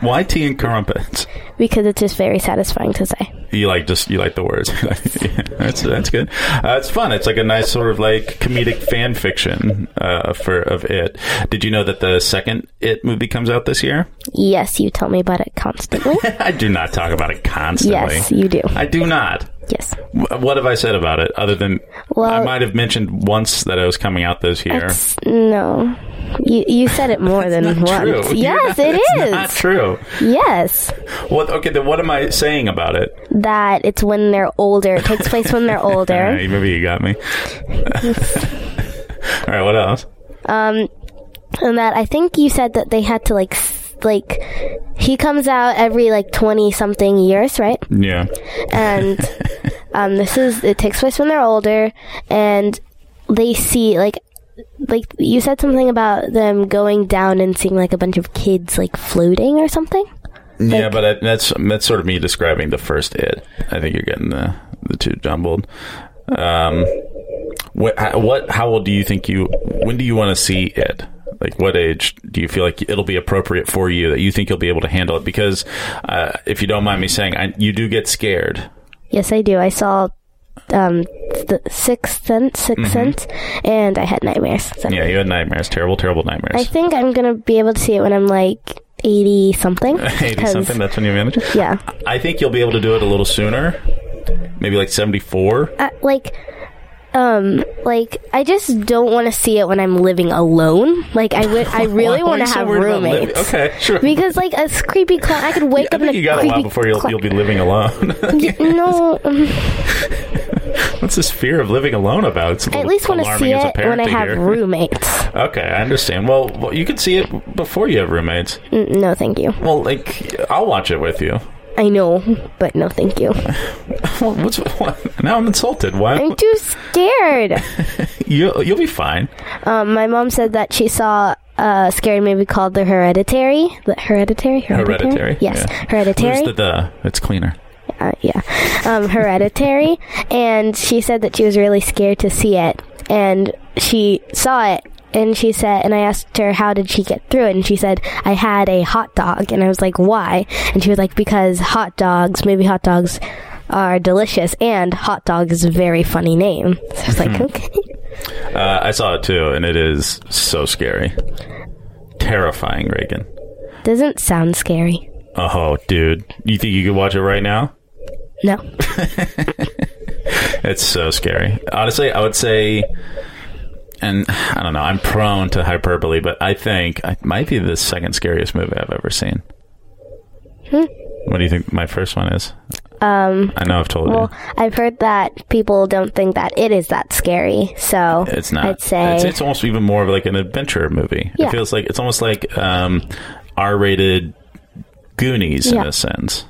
[SPEAKER 2] why tea and crumpets?
[SPEAKER 3] because it's just very satisfying to say.
[SPEAKER 2] You like just you like the words. Yeah, that's that's good. Uh, it's fun. It's like a nice sort of like comedic fan fiction uh, for of it. Did you know that the second it movie comes out this year?
[SPEAKER 3] Yes, you tell me about it constantly.
[SPEAKER 2] I do not talk about it constantly.
[SPEAKER 3] yes, you do.
[SPEAKER 2] I do not.
[SPEAKER 3] Yes.
[SPEAKER 2] Wh- What have I said about it other than
[SPEAKER 3] Well-
[SPEAKER 2] I might have mentioned once that I was coming out this year?
[SPEAKER 3] That's, no. You, you said it more than
[SPEAKER 2] Not
[SPEAKER 3] once.
[SPEAKER 2] true.
[SPEAKER 3] Yes, it
[SPEAKER 2] It's
[SPEAKER 3] is.
[SPEAKER 2] Not true.
[SPEAKER 3] Yes,
[SPEAKER 2] What? Okay, then what am I saying about it?
[SPEAKER 3] that it's when they're older. It takes place when they're
[SPEAKER 2] All
[SPEAKER 3] older.
[SPEAKER 2] right, maybe you got me. All right, what else?
[SPEAKER 3] Um, and that I think you said that they had to like s- like he comes out every like twenty something years, right?
[SPEAKER 2] Yeah.
[SPEAKER 3] and um, this is it takes place when they're older and they see like like you said something about them going down and seeing like a bunch of kids like floating or something
[SPEAKER 2] Yeah, but I, that's that's sort of me describing the first it. I think you're getting the the two jumbled. Um, what, how- what? How old do you think you? When do you want to see it? Like, what age do you feel like it'll be appropriate for you that you think you'll be able to handle it? Because uh, if you don't mind me saying, I, you do get scared.
[SPEAKER 3] yes i do i saw um the sixth sense 6th sense and i had nightmares so.
[SPEAKER 2] Mm-hmm. Yeah, you had nightmares, terrible, terrible
[SPEAKER 3] i
[SPEAKER 2] nightmares.
[SPEAKER 3] think i'm gonna be able to see it when i'm like 80 something
[SPEAKER 2] 80
[SPEAKER 3] 'cause-
[SPEAKER 2] something. That's when you manage.
[SPEAKER 3] yeah
[SPEAKER 2] I think you'll be able to do it a little sooner. Maybe like 74.
[SPEAKER 3] uh, like um like i just don't want to see it when i'm living alone like i would i really
[SPEAKER 2] Why are
[SPEAKER 3] want
[SPEAKER 2] you
[SPEAKER 3] to
[SPEAKER 2] so
[SPEAKER 3] have
[SPEAKER 2] worried about living-
[SPEAKER 3] roommates
[SPEAKER 2] Okay, sure.
[SPEAKER 3] because like a creepy clown i could wake
[SPEAKER 2] I
[SPEAKER 3] up in
[SPEAKER 2] think
[SPEAKER 3] a
[SPEAKER 2] you got a
[SPEAKER 3] creepy
[SPEAKER 2] while before you'll,
[SPEAKER 3] clown-
[SPEAKER 2] you'll be living alone.
[SPEAKER 3] Y- no um,
[SPEAKER 2] What's this fear of living alone about? It's a
[SPEAKER 3] i at
[SPEAKER 2] little
[SPEAKER 3] least want to
[SPEAKER 2] alarming
[SPEAKER 3] see
[SPEAKER 2] as a
[SPEAKER 3] it when
[SPEAKER 2] parent
[SPEAKER 3] i
[SPEAKER 2] to
[SPEAKER 3] have
[SPEAKER 2] hear.
[SPEAKER 3] roommates
[SPEAKER 2] Okay, I understand. Well, well, you could see it before you have roommates.
[SPEAKER 3] N- no thank you
[SPEAKER 2] Well, like I'll watch it with you.
[SPEAKER 3] i know but no thank you
[SPEAKER 2] Well, what's what? now? I'm insulted. Why?
[SPEAKER 3] i'm too scared
[SPEAKER 2] You you'll be fine.
[SPEAKER 3] um my mom said that she saw a scary movie called the hereditary the hereditary hereditary,
[SPEAKER 2] Hereditary,
[SPEAKER 3] yes
[SPEAKER 2] yeah.
[SPEAKER 3] hereditary
[SPEAKER 2] Where's the the? It's cleaner.
[SPEAKER 3] uh, yeah, um, Hereditary, and she said that she was really scared to see it, and she saw it, and she said, and I asked her how did she get through it, and she said I had a hot dog, and I was like why, and she was like because hot dogs, maybe hot dogs are delicious, and hot dog is a very funny name. So I was
[SPEAKER 2] Hmm.
[SPEAKER 3] like okay,
[SPEAKER 2] Uh, I saw it too, and it is so scary, terrifying. Reagan.
[SPEAKER 3] doesn't sound scary.
[SPEAKER 2] Oh, dude, you think you could watch it right now?
[SPEAKER 3] No,
[SPEAKER 2] It's so scary. Honestly, I would say, and I don't know, I'm prone to hyperbole, but I think it might be the second scariest movie I've ever seen.
[SPEAKER 3] Hmm.
[SPEAKER 2] What do you think my first one is? Um, I know I've told
[SPEAKER 3] well I've heard that people don't think that it is that scary, so
[SPEAKER 2] you. It's not.
[SPEAKER 3] I'd say
[SPEAKER 2] it's, it's almost even more of like an adventure movie.
[SPEAKER 3] Yeah.
[SPEAKER 2] It feels like it's almost like um, R-rated Goonies in
[SPEAKER 3] Yeah. Um,
[SPEAKER 2] a sense.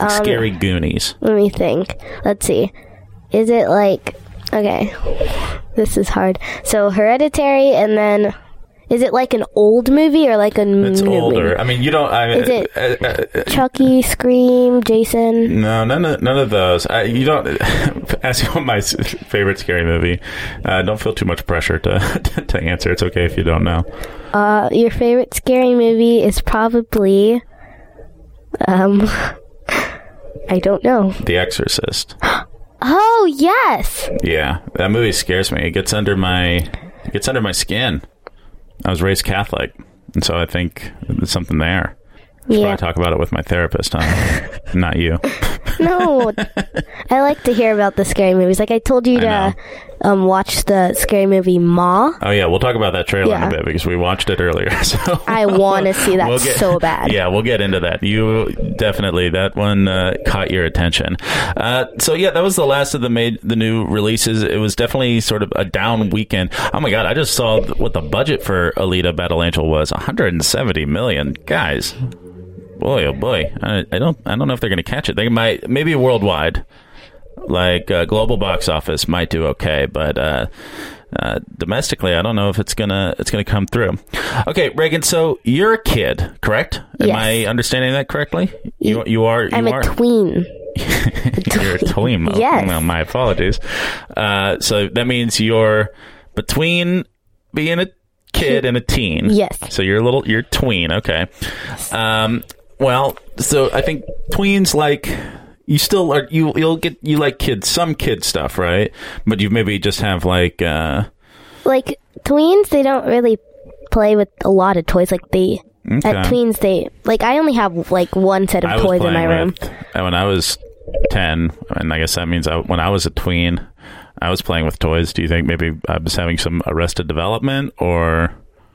[SPEAKER 2] Like Scary Goonies.
[SPEAKER 3] Let me think. Let's see. Is it like okay? This is hard. So hereditary, and then is it like an old movie or like a new
[SPEAKER 2] It's
[SPEAKER 3] movie?
[SPEAKER 2] older. I mean, you don't. I,
[SPEAKER 3] Is it-
[SPEAKER 2] uh, uh, uh,
[SPEAKER 3] Chucky, Scream, Jason.
[SPEAKER 2] No, none of none of those. I, you don't ask me what my s- favorite scary movie. Uh, don't feel too much pressure to to answer. It's okay if you don't know.
[SPEAKER 3] Uh, your favorite scary movie is probably um. I don't know.
[SPEAKER 2] The Exorcist.
[SPEAKER 3] Oh yes,
[SPEAKER 2] Yeah, that movie scares me. It gets under my it gets under my skin. I was raised Catholic, and so I think there's something there. That's why
[SPEAKER 3] yeah.
[SPEAKER 2] I talk about it with my therapist. Huh? Not you.
[SPEAKER 3] No, I like to hear about the scary movies. Like I told you
[SPEAKER 2] I
[SPEAKER 3] to um, watch the scary movie Ma.
[SPEAKER 2] Oh yeah, we'll talk about that trailer in a
[SPEAKER 3] Yeah.
[SPEAKER 2] bit because we watched it earlier. So
[SPEAKER 3] I want to see that
[SPEAKER 2] We'll get-
[SPEAKER 3] so bad.
[SPEAKER 2] Yeah, we'll get into that. You definitely that one uh, caught your attention. Uh, so yeah, that was the last of the made the new releases. It was definitely sort of a down weekend. Oh my god, I just saw th- what the budget for Alita: Battle Angel was 170 million. Guys, boy oh boy, I, I don't I don't know if they're going to catch it. They might maybe worldwide. Like uh, global box office might do okay, but uh, uh, domestically, I don't know if it's gonna it's gonna come through. Okay, Reagan. So you're a kid, correct? Am
[SPEAKER 3] Yes.
[SPEAKER 2] I understanding that correctly? You you are. You
[SPEAKER 3] I'm
[SPEAKER 2] are.
[SPEAKER 3] a tween.
[SPEAKER 2] you're a tween. Oh,
[SPEAKER 3] Yes.
[SPEAKER 2] Well, my apologies. Uh, so that means you're between being a kid and a teen.
[SPEAKER 3] Yes.
[SPEAKER 2] So you're a little you're tween. Okay. Um. Well, so I think tweens like. You still are you you'll get you like kids some kid stuff right, but you maybe just have like uh
[SPEAKER 3] Like tweens, they don't really play with a lot of toys. Like they
[SPEAKER 2] Okay.
[SPEAKER 3] at tweens, they like I only have like one set of
[SPEAKER 2] I was
[SPEAKER 3] toys in my
[SPEAKER 2] playing
[SPEAKER 3] room.
[SPEAKER 2] with- uh, when I was 10, and I guess that means I, when I was a tween, I was playing with toys. Do you think maybe I was having some arrested development or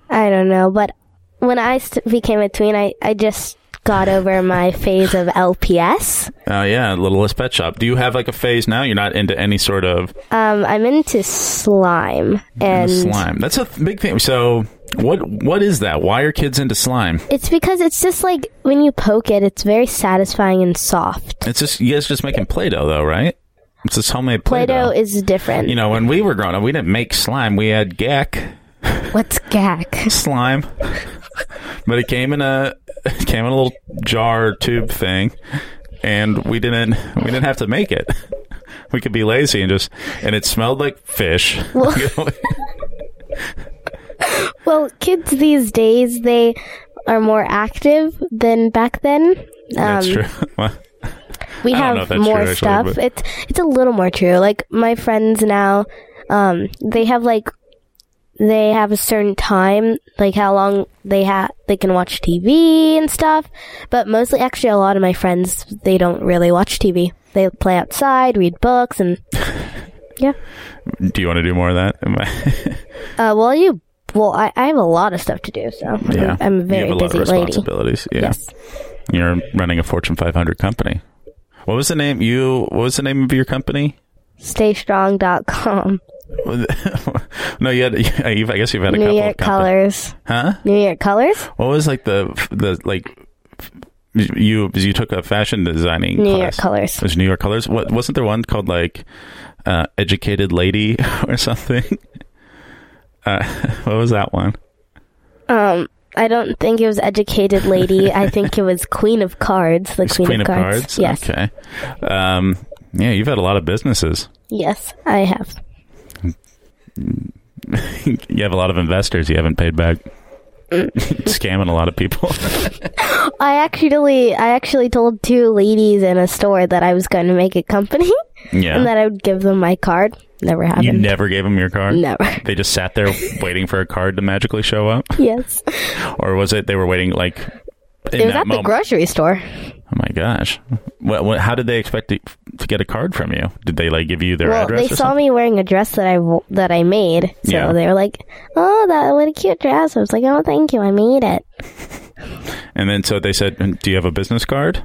[SPEAKER 3] I don't know, but when I st- became a tween, I, I just got over my phase of LPS.
[SPEAKER 2] Oh yeah, Littlest Pet Shop. Do you have like a phase now? You're not into any sort of
[SPEAKER 3] Um, I'm into slime and
[SPEAKER 2] slime. That's a th- big thing. So what what is that? Why are kids into slime?
[SPEAKER 3] It's because it's just like when you poke it, it's very satisfying and soft.
[SPEAKER 2] It's just you guys just making Play-Doh though, right? It's just homemade Play-Doh.
[SPEAKER 3] Play-Doh is different.
[SPEAKER 2] you know, when we were growing up, we didn't make slime. We had gack
[SPEAKER 3] What's gack?
[SPEAKER 2] slime, but it came in a it came in a little jar tube thing, and we didn't we didn't have to make it. We could be lazy and just and it smelled like fish.
[SPEAKER 3] um, Well, kids these days they are more active than back then.
[SPEAKER 2] That's true. Well,
[SPEAKER 3] We
[SPEAKER 2] I don't know if
[SPEAKER 3] have
[SPEAKER 2] that's
[SPEAKER 3] more
[SPEAKER 2] true, actually,
[SPEAKER 3] stuff.
[SPEAKER 2] but-
[SPEAKER 3] It's it's a little more true. Like my friends now, um, they have like they have a certain time, like how long they have they can watch TV and stuff. But mostly, actually, a lot of my friends they don't really watch TV. They play outside, read books, and yeah.
[SPEAKER 2] do you want to do more of that? Am I-
[SPEAKER 3] Uh, well, you well, I, I have a lot of stuff to do, so I'm, I'm a
[SPEAKER 2] you
[SPEAKER 3] very
[SPEAKER 2] have a lot
[SPEAKER 3] busy
[SPEAKER 2] of
[SPEAKER 3] lady.
[SPEAKER 2] responsibilities. Yeah,
[SPEAKER 3] Yes.
[SPEAKER 2] you're running a Fortune 500 company. What was the name? You what was the name of your company?
[SPEAKER 3] StayStrong.com.
[SPEAKER 2] no, you had. You've, I guess you've had a
[SPEAKER 3] New
[SPEAKER 2] couple
[SPEAKER 3] York
[SPEAKER 2] of companies.
[SPEAKER 3] colors.
[SPEAKER 2] huh?
[SPEAKER 3] New York colors.
[SPEAKER 2] What was like the the like you you took a fashion designing
[SPEAKER 3] New
[SPEAKER 2] class.
[SPEAKER 3] York colors.
[SPEAKER 2] It was New York colors. What wasn't there one called like uh, educated lady or something? Uh, what was that one?
[SPEAKER 3] Um, I don't think it was educated lady. I think it was Queen of Cards. The Queen, of, Cards. Yes.
[SPEAKER 2] Okay. Um, yeah, you've had a lot of businesses.
[SPEAKER 3] Yes, I have.
[SPEAKER 2] you have a lot of investors you haven't paid back.
[SPEAKER 3] Mm.
[SPEAKER 2] Scamming a lot of people.
[SPEAKER 3] I actually, I actually told two ladies in a store that I was going to make a company
[SPEAKER 2] yeah.
[SPEAKER 3] and that I would give them my card. Never happened.
[SPEAKER 2] you never gave them your card?
[SPEAKER 3] Never.
[SPEAKER 2] They just sat there waiting for a card to magically show up?
[SPEAKER 3] yes.
[SPEAKER 2] Or was it they were waiting like in
[SPEAKER 3] It was
[SPEAKER 2] that
[SPEAKER 3] at the
[SPEAKER 2] moment?
[SPEAKER 3] grocery store.
[SPEAKER 2] oh my gosh. What, what, how did they expect to, to get a card from you? Did they like give you their
[SPEAKER 3] Well,
[SPEAKER 2] address
[SPEAKER 3] they
[SPEAKER 2] or
[SPEAKER 3] saw me wearing a dress that I w- that I made, so
[SPEAKER 2] Yeah.
[SPEAKER 3] they were like, "Oh, that what a cute dress!" I was like, "Oh, thank you, I made it."
[SPEAKER 2] something? And then so they said, "Do you have a business card?"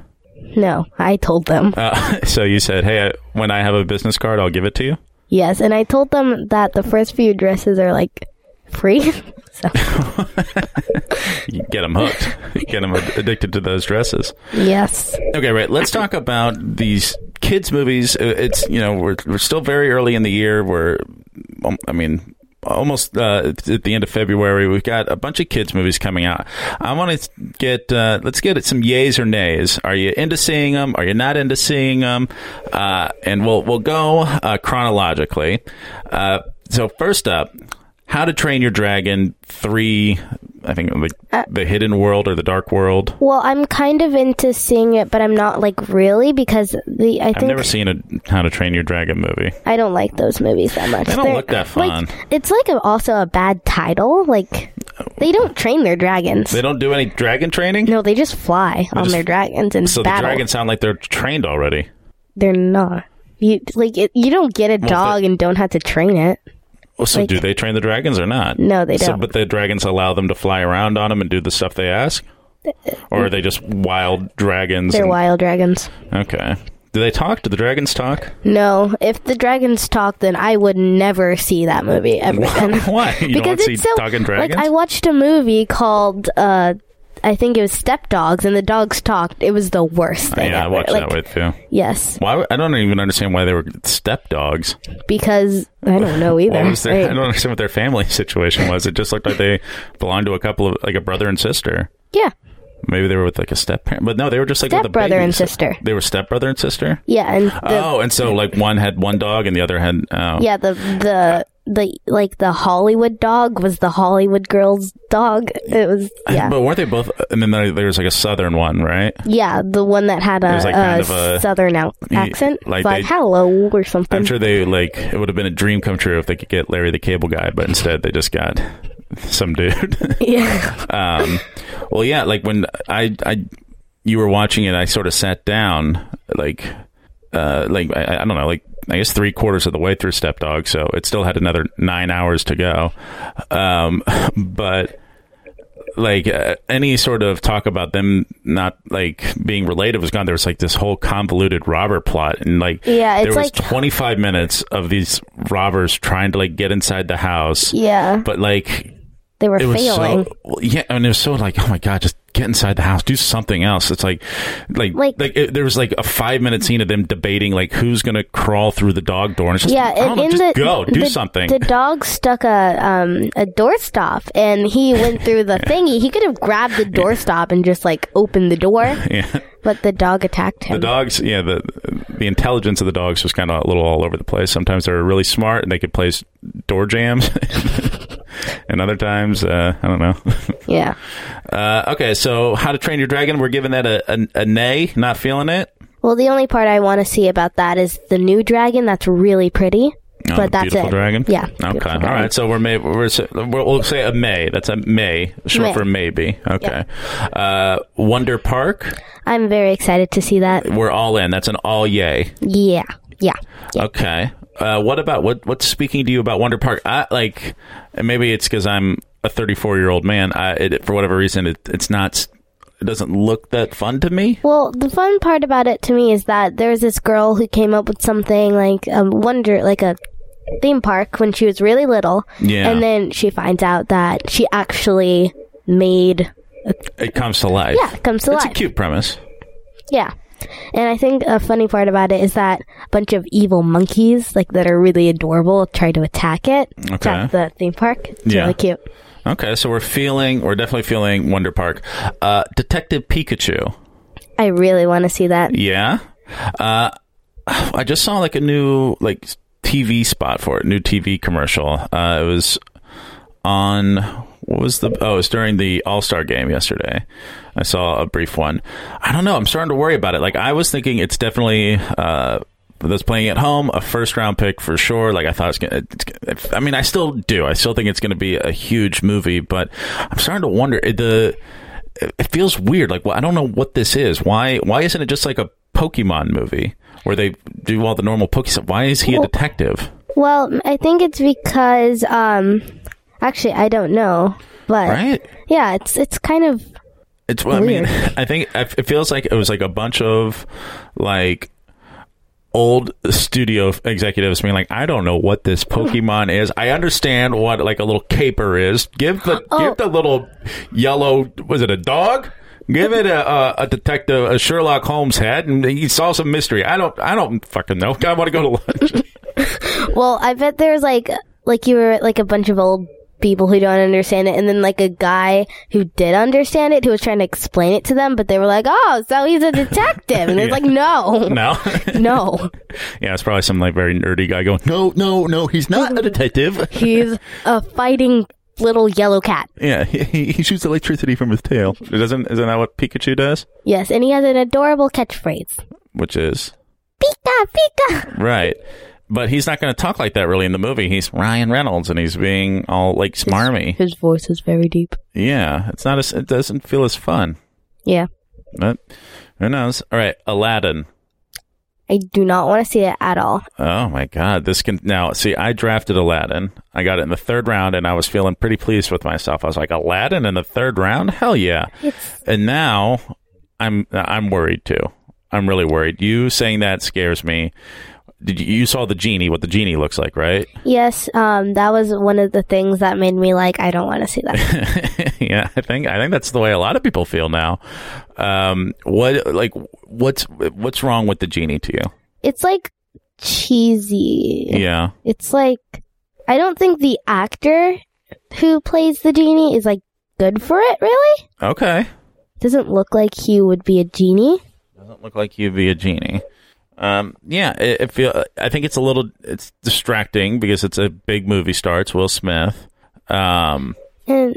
[SPEAKER 3] No, I told them
[SPEAKER 2] Uh, so you said, "Hey, I, when I have a business card, I'll give it to you."
[SPEAKER 3] yes, and I told them that the first few dresses are like free. so
[SPEAKER 2] You get them hooked. get them addicted to those dresses.
[SPEAKER 3] yes,
[SPEAKER 2] Okay, right. Let's talk about these kids' movies. Uh, It's you know we're we're still very early in the year. We're um, I mean almost uh, it's at the end of February. We've got a bunch of kids' movies coming out. I want to get uh, let's get at some yays or nays. Are you into seeing them? Are you not into seeing them? Uh, and we'll we'll go uh, chronologically. Uh, so first up. How to Train Your Dragon 3, I think the, the Hidden World or the Dark World.
[SPEAKER 3] well, I'm kind of into seeing it, but I'm not like really because the I
[SPEAKER 2] I've
[SPEAKER 3] think
[SPEAKER 2] never seen a How to Train Your Dragon movie.
[SPEAKER 3] I don't like those movies that much.
[SPEAKER 2] They don't
[SPEAKER 3] They're-
[SPEAKER 2] look that fun.
[SPEAKER 3] Like, it's like a, also a bad title. Like they don't train their dragons.
[SPEAKER 2] They don't do any dragon training?
[SPEAKER 3] no, they just fly on
[SPEAKER 2] just-
[SPEAKER 3] their dragons and
[SPEAKER 2] So
[SPEAKER 3] battle.
[SPEAKER 2] the dragons sound like they're trained already.
[SPEAKER 3] They're not. You like it, you don't get a dog and don't have to train it.
[SPEAKER 2] Well, Oh, so
[SPEAKER 3] Like-
[SPEAKER 2] do they train the dragons or not?
[SPEAKER 3] No, they
[SPEAKER 2] So,
[SPEAKER 3] don't.
[SPEAKER 2] but the dragons allow them to fly around on them and do the stuff they ask? Or are they just wild dragons?
[SPEAKER 3] They're
[SPEAKER 2] and-
[SPEAKER 3] wild dragons.
[SPEAKER 2] Okay. Do they talk? Do the dragons talk?
[SPEAKER 3] No, if the dragons talk, then I would never see that movie ever. again.
[SPEAKER 2] Why? You don't want
[SPEAKER 3] because
[SPEAKER 2] to see
[SPEAKER 3] it's so
[SPEAKER 2] talking dragons?
[SPEAKER 3] like I watched a movie called uh, I think it was Step Dogs, and the dogs talked. It was the worst thing.
[SPEAKER 2] Oh, yeah, I
[SPEAKER 3] ever.
[SPEAKER 2] watched
[SPEAKER 3] like,
[SPEAKER 2] that way too.
[SPEAKER 3] Yes,
[SPEAKER 2] Why? would- I don't even understand why they were stepdogs.
[SPEAKER 3] because I don't know either.
[SPEAKER 2] What was their,
[SPEAKER 3] Right.
[SPEAKER 2] I don't understand what their family situation was. It just looked like they belonged to a couple of like a brother and sister.
[SPEAKER 3] Yeah,
[SPEAKER 2] Maybe they were with like a step parent, but no, they were just like with a
[SPEAKER 3] Stepbrother
[SPEAKER 2] baby.
[SPEAKER 3] and
[SPEAKER 2] So-
[SPEAKER 3] sister.
[SPEAKER 2] They were step brother and sister.
[SPEAKER 3] yeah, and the,
[SPEAKER 2] oh, and so like one had one dog and the other had oh.
[SPEAKER 3] yeah the the. The like the Hollywood dog was the Hollywood girl's dog. It was yeah.
[SPEAKER 2] But weren't they both? And then there, there was like a southern one, right?
[SPEAKER 3] Yeah, the one that had a,
[SPEAKER 2] was, like,
[SPEAKER 3] a
[SPEAKER 2] kind of a-
[SPEAKER 3] southern out-
[SPEAKER 2] Y-
[SPEAKER 3] accent,
[SPEAKER 2] like
[SPEAKER 3] like,
[SPEAKER 2] they-
[SPEAKER 3] hello or something.
[SPEAKER 2] I'm sure they like it would have been a dream come true if they could get Larry the Cable Guy, but instead they just got some dude.
[SPEAKER 3] Yeah,
[SPEAKER 2] um, well, yeah, like when I, I, you were watching it, I sort of sat down, like, uh, like I, I don't know, like I guess three quarters of the way through Step Dog, so it still had another nine hours to go. Um, but like uh, any sort of talk about them not like being related was gone. There was like this whole convoluted robber plot, and like
[SPEAKER 3] Yeah,
[SPEAKER 2] there
[SPEAKER 3] it's
[SPEAKER 2] was
[SPEAKER 3] like-
[SPEAKER 2] 25 minutes of these robbers trying to like get inside the house,
[SPEAKER 3] Yeah,
[SPEAKER 2] but like
[SPEAKER 3] they were
[SPEAKER 2] it was
[SPEAKER 3] failing.
[SPEAKER 2] so well, yeah, and it was so like oh my god, just get inside the house, do something else. It's like like like,
[SPEAKER 3] Like-
[SPEAKER 2] it, there was like a five minute scene of them debating like who's gonna crawl through the dog door, and it's just
[SPEAKER 3] yeah,
[SPEAKER 2] I don't
[SPEAKER 3] and
[SPEAKER 2] know,
[SPEAKER 3] in
[SPEAKER 2] just
[SPEAKER 3] the
[SPEAKER 2] go do
[SPEAKER 3] the-
[SPEAKER 2] something.
[SPEAKER 3] The dog stuck a um a doorstop, and he went through the thingy. He could have grabbed the doorstop and just like opened the door,
[SPEAKER 2] yeah.
[SPEAKER 3] but the dog attacked him.
[SPEAKER 2] The dogs, yeah, the the intelligence of the dogs was kind of a little all over the place. Sometimes they were really smart and they could place door jams, and other times, uh, I don't know.
[SPEAKER 3] yeah,
[SPEAKER 2] Uh, okay, so How to Train Your Dragon, we're giving that a, a, a nay, not feeling it.
[SPEAKER 3] Well, the only part I want to see about that is the new dragon. That's really pretty,
[SPEAKER 2] Oh,
[SPEAKER 3] but that's
[SPEAKER 2] beautiful
[SPEAKER 3] it.
[SPEAKER 2] dragon.
[SPEAKER 3] Yeah.
[SPEAKER 2] Okay.
[SPEAKER 3] beautiful
[SPEAKER 2] All
[SPEAKER 3] dragon.
[SPEAKER 2] right. So we're may we're s- we'll we'll say a may. That's a may. Short
[SPEAKER 3] May.
[SPEAKER 2] for maybe. Okay. Uh, Wonder Park.
[SPEAKER 3] I'm very excited to see that.
[SPEAKER 2] We're all in. That's an all yay.
[SPEAKER 3] Yeah, yeah.
[SPEAKER 2] Okay. Uh, what about what what's speaking to you about Wonder Park? I like, and maybe it's because I'm a 34 year old man. I it, for whatever reason, it, it's not. It doesn't look that fun to me.
[SPEAKER 3] Well, the fun part about it to me is that there was this girl who came up with something like a wonder, like a theme park when she was really little.
[SPEAKER 2] Yeah.
[SPEAKER 3] And then she finds out that she actually made.
[SPEAKER 2] It comes to life.
[SPEAKER 3] Yeah, it comes to
[SPEAKER 2] it's
[SPEAKER 3] life.
[SPEAKER 2] a cute premise.
[SPEAKER 3] Yeah. And I think a funny part about it is that a bunch of evil monkeys, like that are really adorable, try to attack it.
[SPEAKER 2] Okay.
[SPEAKER 3] At the theme park. It's
[SPEAKER 2] Yeah.
[SPEAKER 3] really cute.
[SPEAKER 2] Okay, so we're feeling, we're definitely feeling Wonder Park. Uh, Detective Pikachu.
[SPEAKER 3] I really want to see that.
[SPEAKER 2] Yeah. Uh, I just saw like a new like TV spot for it, new TV commercial. Uh, it was on what was the oh, it was during the All Star game yesterday. I saw a brief one. I don't know. I'm starting to worry about it. Like I was thinking, it's definitely. Uh, for those playing at home, a first round pick for sure. Like I thought, it's gonna. It's, gonna- I mean, I still do. I still think it's going to be a huge movie, but I'm starting to wonder it- the it feels weird. Like well, I don't know what this is. Why why isn't it just like a Pokemon movie where they do all the normal Pokemon? Why is he a detective?
[SPEAKER 3] Well, I think it's because, um, actually, I don't know, but
[SPEAKER 2] Right?
[SPEAKER 3] yeah, it's it's kind of
[SPEAKER 2] It's well, I mean,
[SPEAKER 3] Weird.
[SPEAKER 2] I think I f- it feels like it was like a bunch of like old studio f- executives being like, I don't know what this Pokemon is. I understand what like a little caper is. Give the give the little yellow was it a dog? Give it a, a, a detective a Sherlock Holmes hat and he solves a mystery. I don't I don't fucking know. I want to go to lunch.
[SPEAKER 3] well. I bet there's like like you were like a bunch of old people who don't understand it, and then like a guy who did understand it who was trying to explain it to them, but they were like, "Oh, so he's a detective," and it's like, "No,
[SPEAKER 2] No.
[SPEAKER 3] no,
[SPEAKER 2] yeah, it's probably some like very nerdy guy going, No, no, no, he's not a detective.
[SPEAKER 3] he's a fighting little yellow cat."
[SPEAKER 2] Yeah, he, he shoots electricity from his tail. Doesn't isn't that what Pikachu does?
[SPEAKER 3] Yes, and he has an adorable catchphrase.
[SPEAKER 2] Which is
[SPEAKER 3] Pika, pika.
[SPEAKER 2] right, but he's not going to talk like that really in the movie. He's Ryan Reynolds, and he's being all like smarmy.
[SPEAKER 3] His voice is very deep.
[SPEAKER 2] Yeah, it's not. As, it doesn't feel as fun.
[SPEAKER 3] Yeah.
[SPEAKER 2] But who knows? All right, Aladdin.
[SPEAKER 3] I do not want to see it at all.
[SPEAKER 2] Oh my God! This can now see. I drafted Aladdin. I got it in the third round, and I was feeling pretty pleased with myself. I was like, Aladdin in the third round? Hell yeah!
[SPEAKER 3] It's
[SPEAKER 2] and now I'm I'm worried too. I'm really worried. You saying that scares me. Did you, you saw the genie? What the genie looks like, right?
[SPEAKER 3] yes, um, that was one of the things that made me like I don't want to see that.
[SPEAKER 2] yeah, I think I think that's the way a lot of people feel now. Um, what like what's what's wrong with the genie to you?
[SPEAKER 3] it's like cheesy.
[SPEAKER 2] Yeah,
[SPEAKER 3] It's like I don't think the actor who plays the genie is like good for it. Really,
[SPEAKER 2] okay.
[SPEAKER 3] doesn't look like he would be a genie.
[SPEAKER 2] Doesn't look like you'd be a genie. Um, yeah, it, it feel. I think it's a little it's distracting because it's a big movie star. It's Will Smith. Um,
[SPEAKER 3] And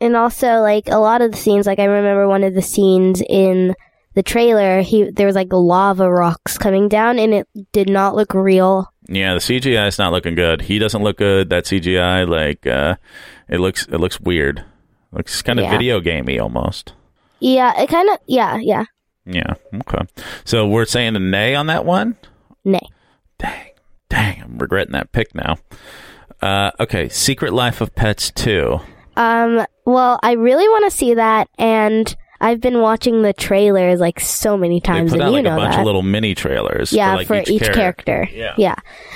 [SPEAKER 3] and also like a lot of the scenes, like I remember one of the scenes in the trailer, he there was like lava rocks coming down, and it did not look real.
[SPEAKER 2] Yeah, the CGI is not looking good. He doesn't look good. That CGI, like, uh, it looks it looks weird. Looks kind of
[SPEAKER 3] Yeah.
[SPEAKER 2] video gamey almost.
[SPEAKER 3] Yeah, it kind of yeah yeah
[SPEAKER 2] Yeah. Okay. So we're saying a nay on that one.
[SPEAKER 3] nay.
[SPEAKER 2] Dang, I'm regretting that pick now. Uh, okay, Secret Life of Pets two.
[SPEAKER 3] Um, well, I really want to see that, and I've been watching the trailers like so many
[SPEAKER 2] They
[SPEAKER 3] times,
[SPEAKER 2] put
[SPEAKER 3] and
[SPEAKER 2] out
[SPEAKER 3] you
[SPEAKER 2] like a
[SPEAKER 3] know
[SPEAKER 2] bunch
[SPEAKER 3] that.
[SPEAKER 2] of little mini trailers.
[SPEAKER 3] yeah,
[SPEAKER 2] for, like,
[SPEAKER 3] for
[SPEAKER 2] each,
[SPEAKER 3] character.
[SPEAKER 2] Yeah.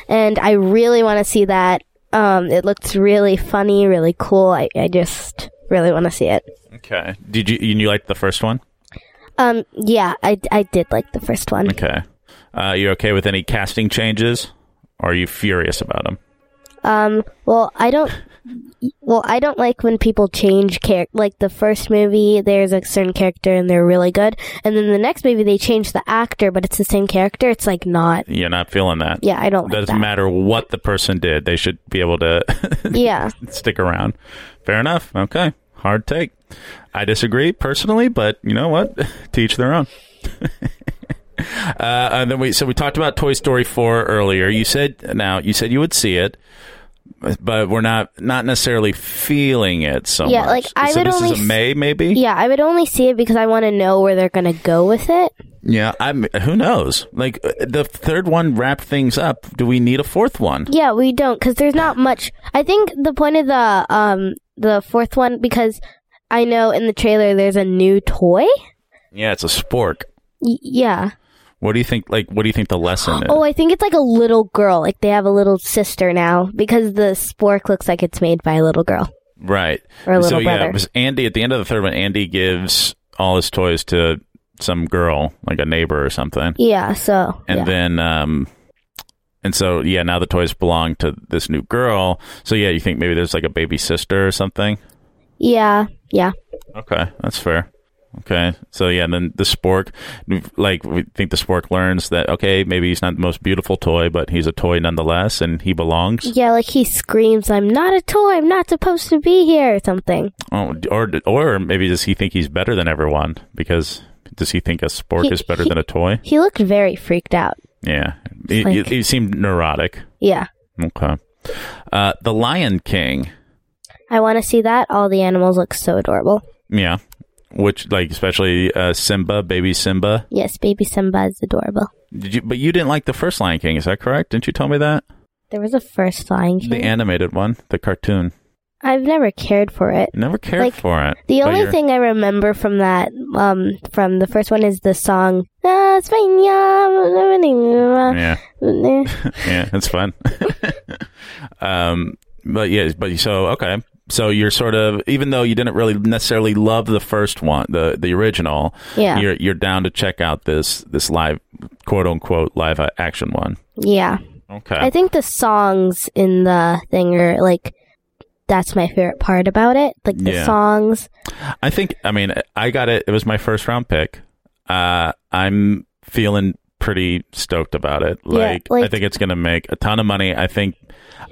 [SPEAKER 3] and I really want to see that. Um, it looked really funny, really cool. I, I just really want to see it.
[SPEAKER 2] Okay. Did you you liked the first one?
[SPEAKER 3] Um, yeah, I, I did like the first one.
[SPEAKER 2] Okay. Uh, you okay with any casting changes? Or are you furious about them?
[SPEAKER 3] Um, well, I don't. Well, I don't like when people change character. Like the first movie, there's a certain character and they're really good, and then the next movie they change the actor, but it's the same character. It's like not.
[SPEAKER 2] You're not feeling that.
[SPEAKER 3] Yeah, I don't like
[SPEAKER 2] Doesn't
[SPEAKER 3] that.
[SPEAKER 2] matter what the person did. They should be able to
[SPEAKER 3] Yeah,
[SPEAKER 2] stick around. Fair enough. Okay. Hard take. I disagree personally, but you know what? to each their own. uh, and then we so we talked about Toy Story 4 earlier. You said now you said you would see it, but we're not not necessarily feeling it so
[SPEAKER 3] Yeah,
[SPEAKER 2] much.
[SPEAKER 3] like, I
[SPEAKER 2] so
[SPEAKER 3] would
[SPEAKER 2] this
[SPEAKER 3] only
[SPEAKER 2] is a
[SPEAKER 3] s-
[SPEAKER 2] May maybe.
[SPEAKER 3] yeah. I would only see it because I want to know where they're gonna go with it.
[SPEAKER 2] Yeah, I'm. Who knows? Like uh, the third one wrapped things up. Do we need a fourth one?
[SPEAKER 3] Yeah, we don't because there's not much. I think the point of the um the fourth one because I know in the trailer there's a new toy.
[SPEAKER 2] Yeah, it's a spork.
[SPEAKER 3] Y- yeah.
[SPEAKER 2] What do you think? Like, what do you think the lesson is?
[SPEAKER 3] Oh, I think it's like a little girl. Like they have a little sister now because the spork looks like it's made by a little girl.
[SPEAKER 2] right.
[SPEAKER 3] Or a
[SPEAKER 2] so
[SPEAKER 3] little
[SPEAKER 2] yeah,
[SPEAKER 3] brother.
[SPEAKER 2] it was Andy at the end of the third one. Andy gives all his toys to some girl, like a neighbor or something,
[SPEAKER 3] Yeah. So.
[SPEAKER 2] and
[SPEAKER 3] yeah.
[SPEAKER 2] then um, and so yeah, now the toys belong to this new girl. So yeah, you think maybe there's like a baby sister or something?
[SPEAKER 3] yeah. Yeah.
[SPEAKER 2] Okay, that's fair. Okay, so yeah, and then the spork, like we think the spork learns that okay, maybe he's not the most beautiful toy, but he's a toy nonetheless, and he belongs.
[SPEAKER 3] Yeah. Like he screams, "I'm not a toy. I'm not supposed to be here," or something.
[SPEAKER 2] Oh, or or maybe does he think he's better than everyone? Because does he think a spork
[SPEAKER 3] He-
[SPEAKER 2] is better
[SPEAKER 3] he-
[SPEAKER 2] than a toy?
[SPEAKER 3] He looked very freaked out.
[SPEAKER 2] Yeah, he,
[SPEAKER 3] like-
[SPEAKER 2] he- he seemed neurotic.
[SPEAKER 3] Yeah.
[SPEAKER 2] Okay, uh, the Lion King.
[SPEAKER 3] I want to see that. All the animals look so adorable.
[SPEAKER 2] Yeah, which like especially uh, Simba, baby Simba.
[SPEAKER 3] Yes, baby Simba is adorable.
[SPEAKER 2] Did you? But you didn't like the first Lion King, is that correct? Didn't you tell me that?
[SPEAKER 3] There was a first Lion King.
[SPEAKER 2] The animated one, the cartoon.
[SPEAKER 3] I've never cared for it.
[SPEAKER 2] Never cared
[SPEAKER 3] Like,
[SPEAKER 2] for it.
[SPEAKER 3] The
[SPEAKER 2] But
[SPEAKER 3] only
[SPEAKER 2] you're-
[SPEAKER 3] thing I remember from that, um, from the first one is the song, "Ah, España."
[SPEAKER 2] Yeah, yeah, it's fun. um, but yeah, but so okay, so you're sort of even though you didn't really necessarily love the first one, the the original.
[SPEAKER 3] Yeah.
[SPEAKER 2] you're you're down to check out this this live quote unquote live uh, action one.
[SPEAKER 3] Yeah.
[SPEAKER 2] Okay,
[SPEAKER 3] I think the songs in the thing are like, that's my favorite part about it. Like the
[SPEAKER 2] Yeah.
[SPEAKER 3] songs.
[SPEAKER 2] I think I mean I got it. It was my first round pick. Uh, I'm feeling pretty stoked about it.
[SPEAKER 3] Yeah,
[SPEAKER 2] Like, I
[SPEAKER 3] like-
[SPEAKER 2] think it's going to make a ton of money. I think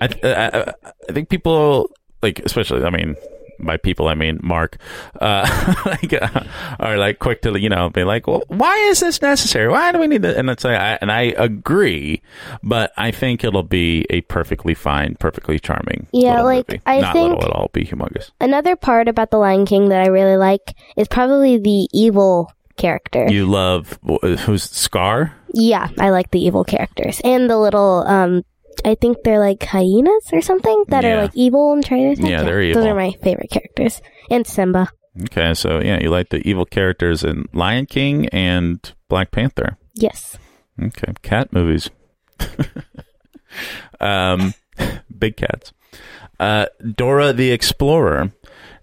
[SPEAKER 2] I, th- I I- I think people like especially I mean by people I mean Mark uh, like uh, are like quick to you know be like well why is this necessary why do we need to and it's like, I and I agree but I think it'll be a perfectly fine perfectly charming
[SPEAKER 3] Yeah,
[SPEAKER 2] little
[SPEAKER 3] like,
[SPEAKER 2] movie.
[SPEAKER 3] I
[SPEAKER 2] not
[SPEAKER 3] think-
[SPEAKER 2] little at all be humongous
[SPEAKER 3] Another part about the Lion King that I really like is probably the evil character.
[SPEAKER 2] You love wh- who's Scar?
[SPEAKER 3] Yeah, I like the evil characters and the little um. I think they're like hyenas or something that
[SPEAKER 2] Yeah.
[SPEAKER 3] are like evil and traitors.
[SPEAKER 2] Yeah, they're
[SPEAKER 3] Those
[SPEAKER 2] evil.
[SPEAKER 3] are my favorite characters. And Simba.
[SPEAKER 2] Okay, so yeah, you like the evil characters in Lion King and Black Panther.
[SPEAKER 3] Yes.
[SPEAKER 2] Okay, cat movies. um, big cats. Uh, Dora the Explorer.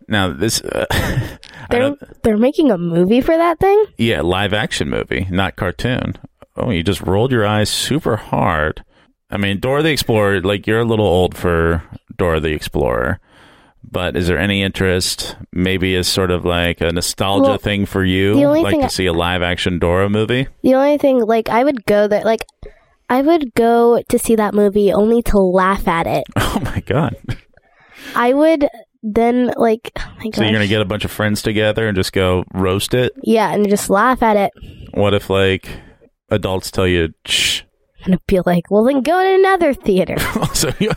[SPEAKER 2] Now this, uh, I
[SPEAKER 3] They're
[SPEAKER 2] don't-
[SPEAKER 3] they're making a movie for that thing?
[SPEAKER 2] yeah, live action movie, not cartoon. Oh, you just rolled your eyes super hard. I mean, Dora the Explorer. Like you're a little old for Dora the Explorer. But is there any interest, maybe as sort of like a nostalgia
[SPEAKER 3] Well,
[SPEAKER 2] thing for you,
[SPEAKER 3] the only
[SPEAKER 2] like
[SPEAKER 3] thing
[SPEAKER 2] to
[SPEAKER 3] I-
[SPEAKER 2] see a live action Dora movie?
[SPEAKER 3] The only thing like I would go there like I would go to see that movie only to laugh at it.
[SPEAKER 2] Oh my god!
[SPEAKER 3] I would then like oh my gosh.
[SPEAKER 2] So you're gonna get a bunch of friends together and just go roast it.
[SPEAKER 3] yeah, and just laugh at it.
[SPEAKER 2] What if like adults tell you, shh?
[SPEAKER 3] And be like, well then go to another theater.
[SPEAKER 2] Also, you-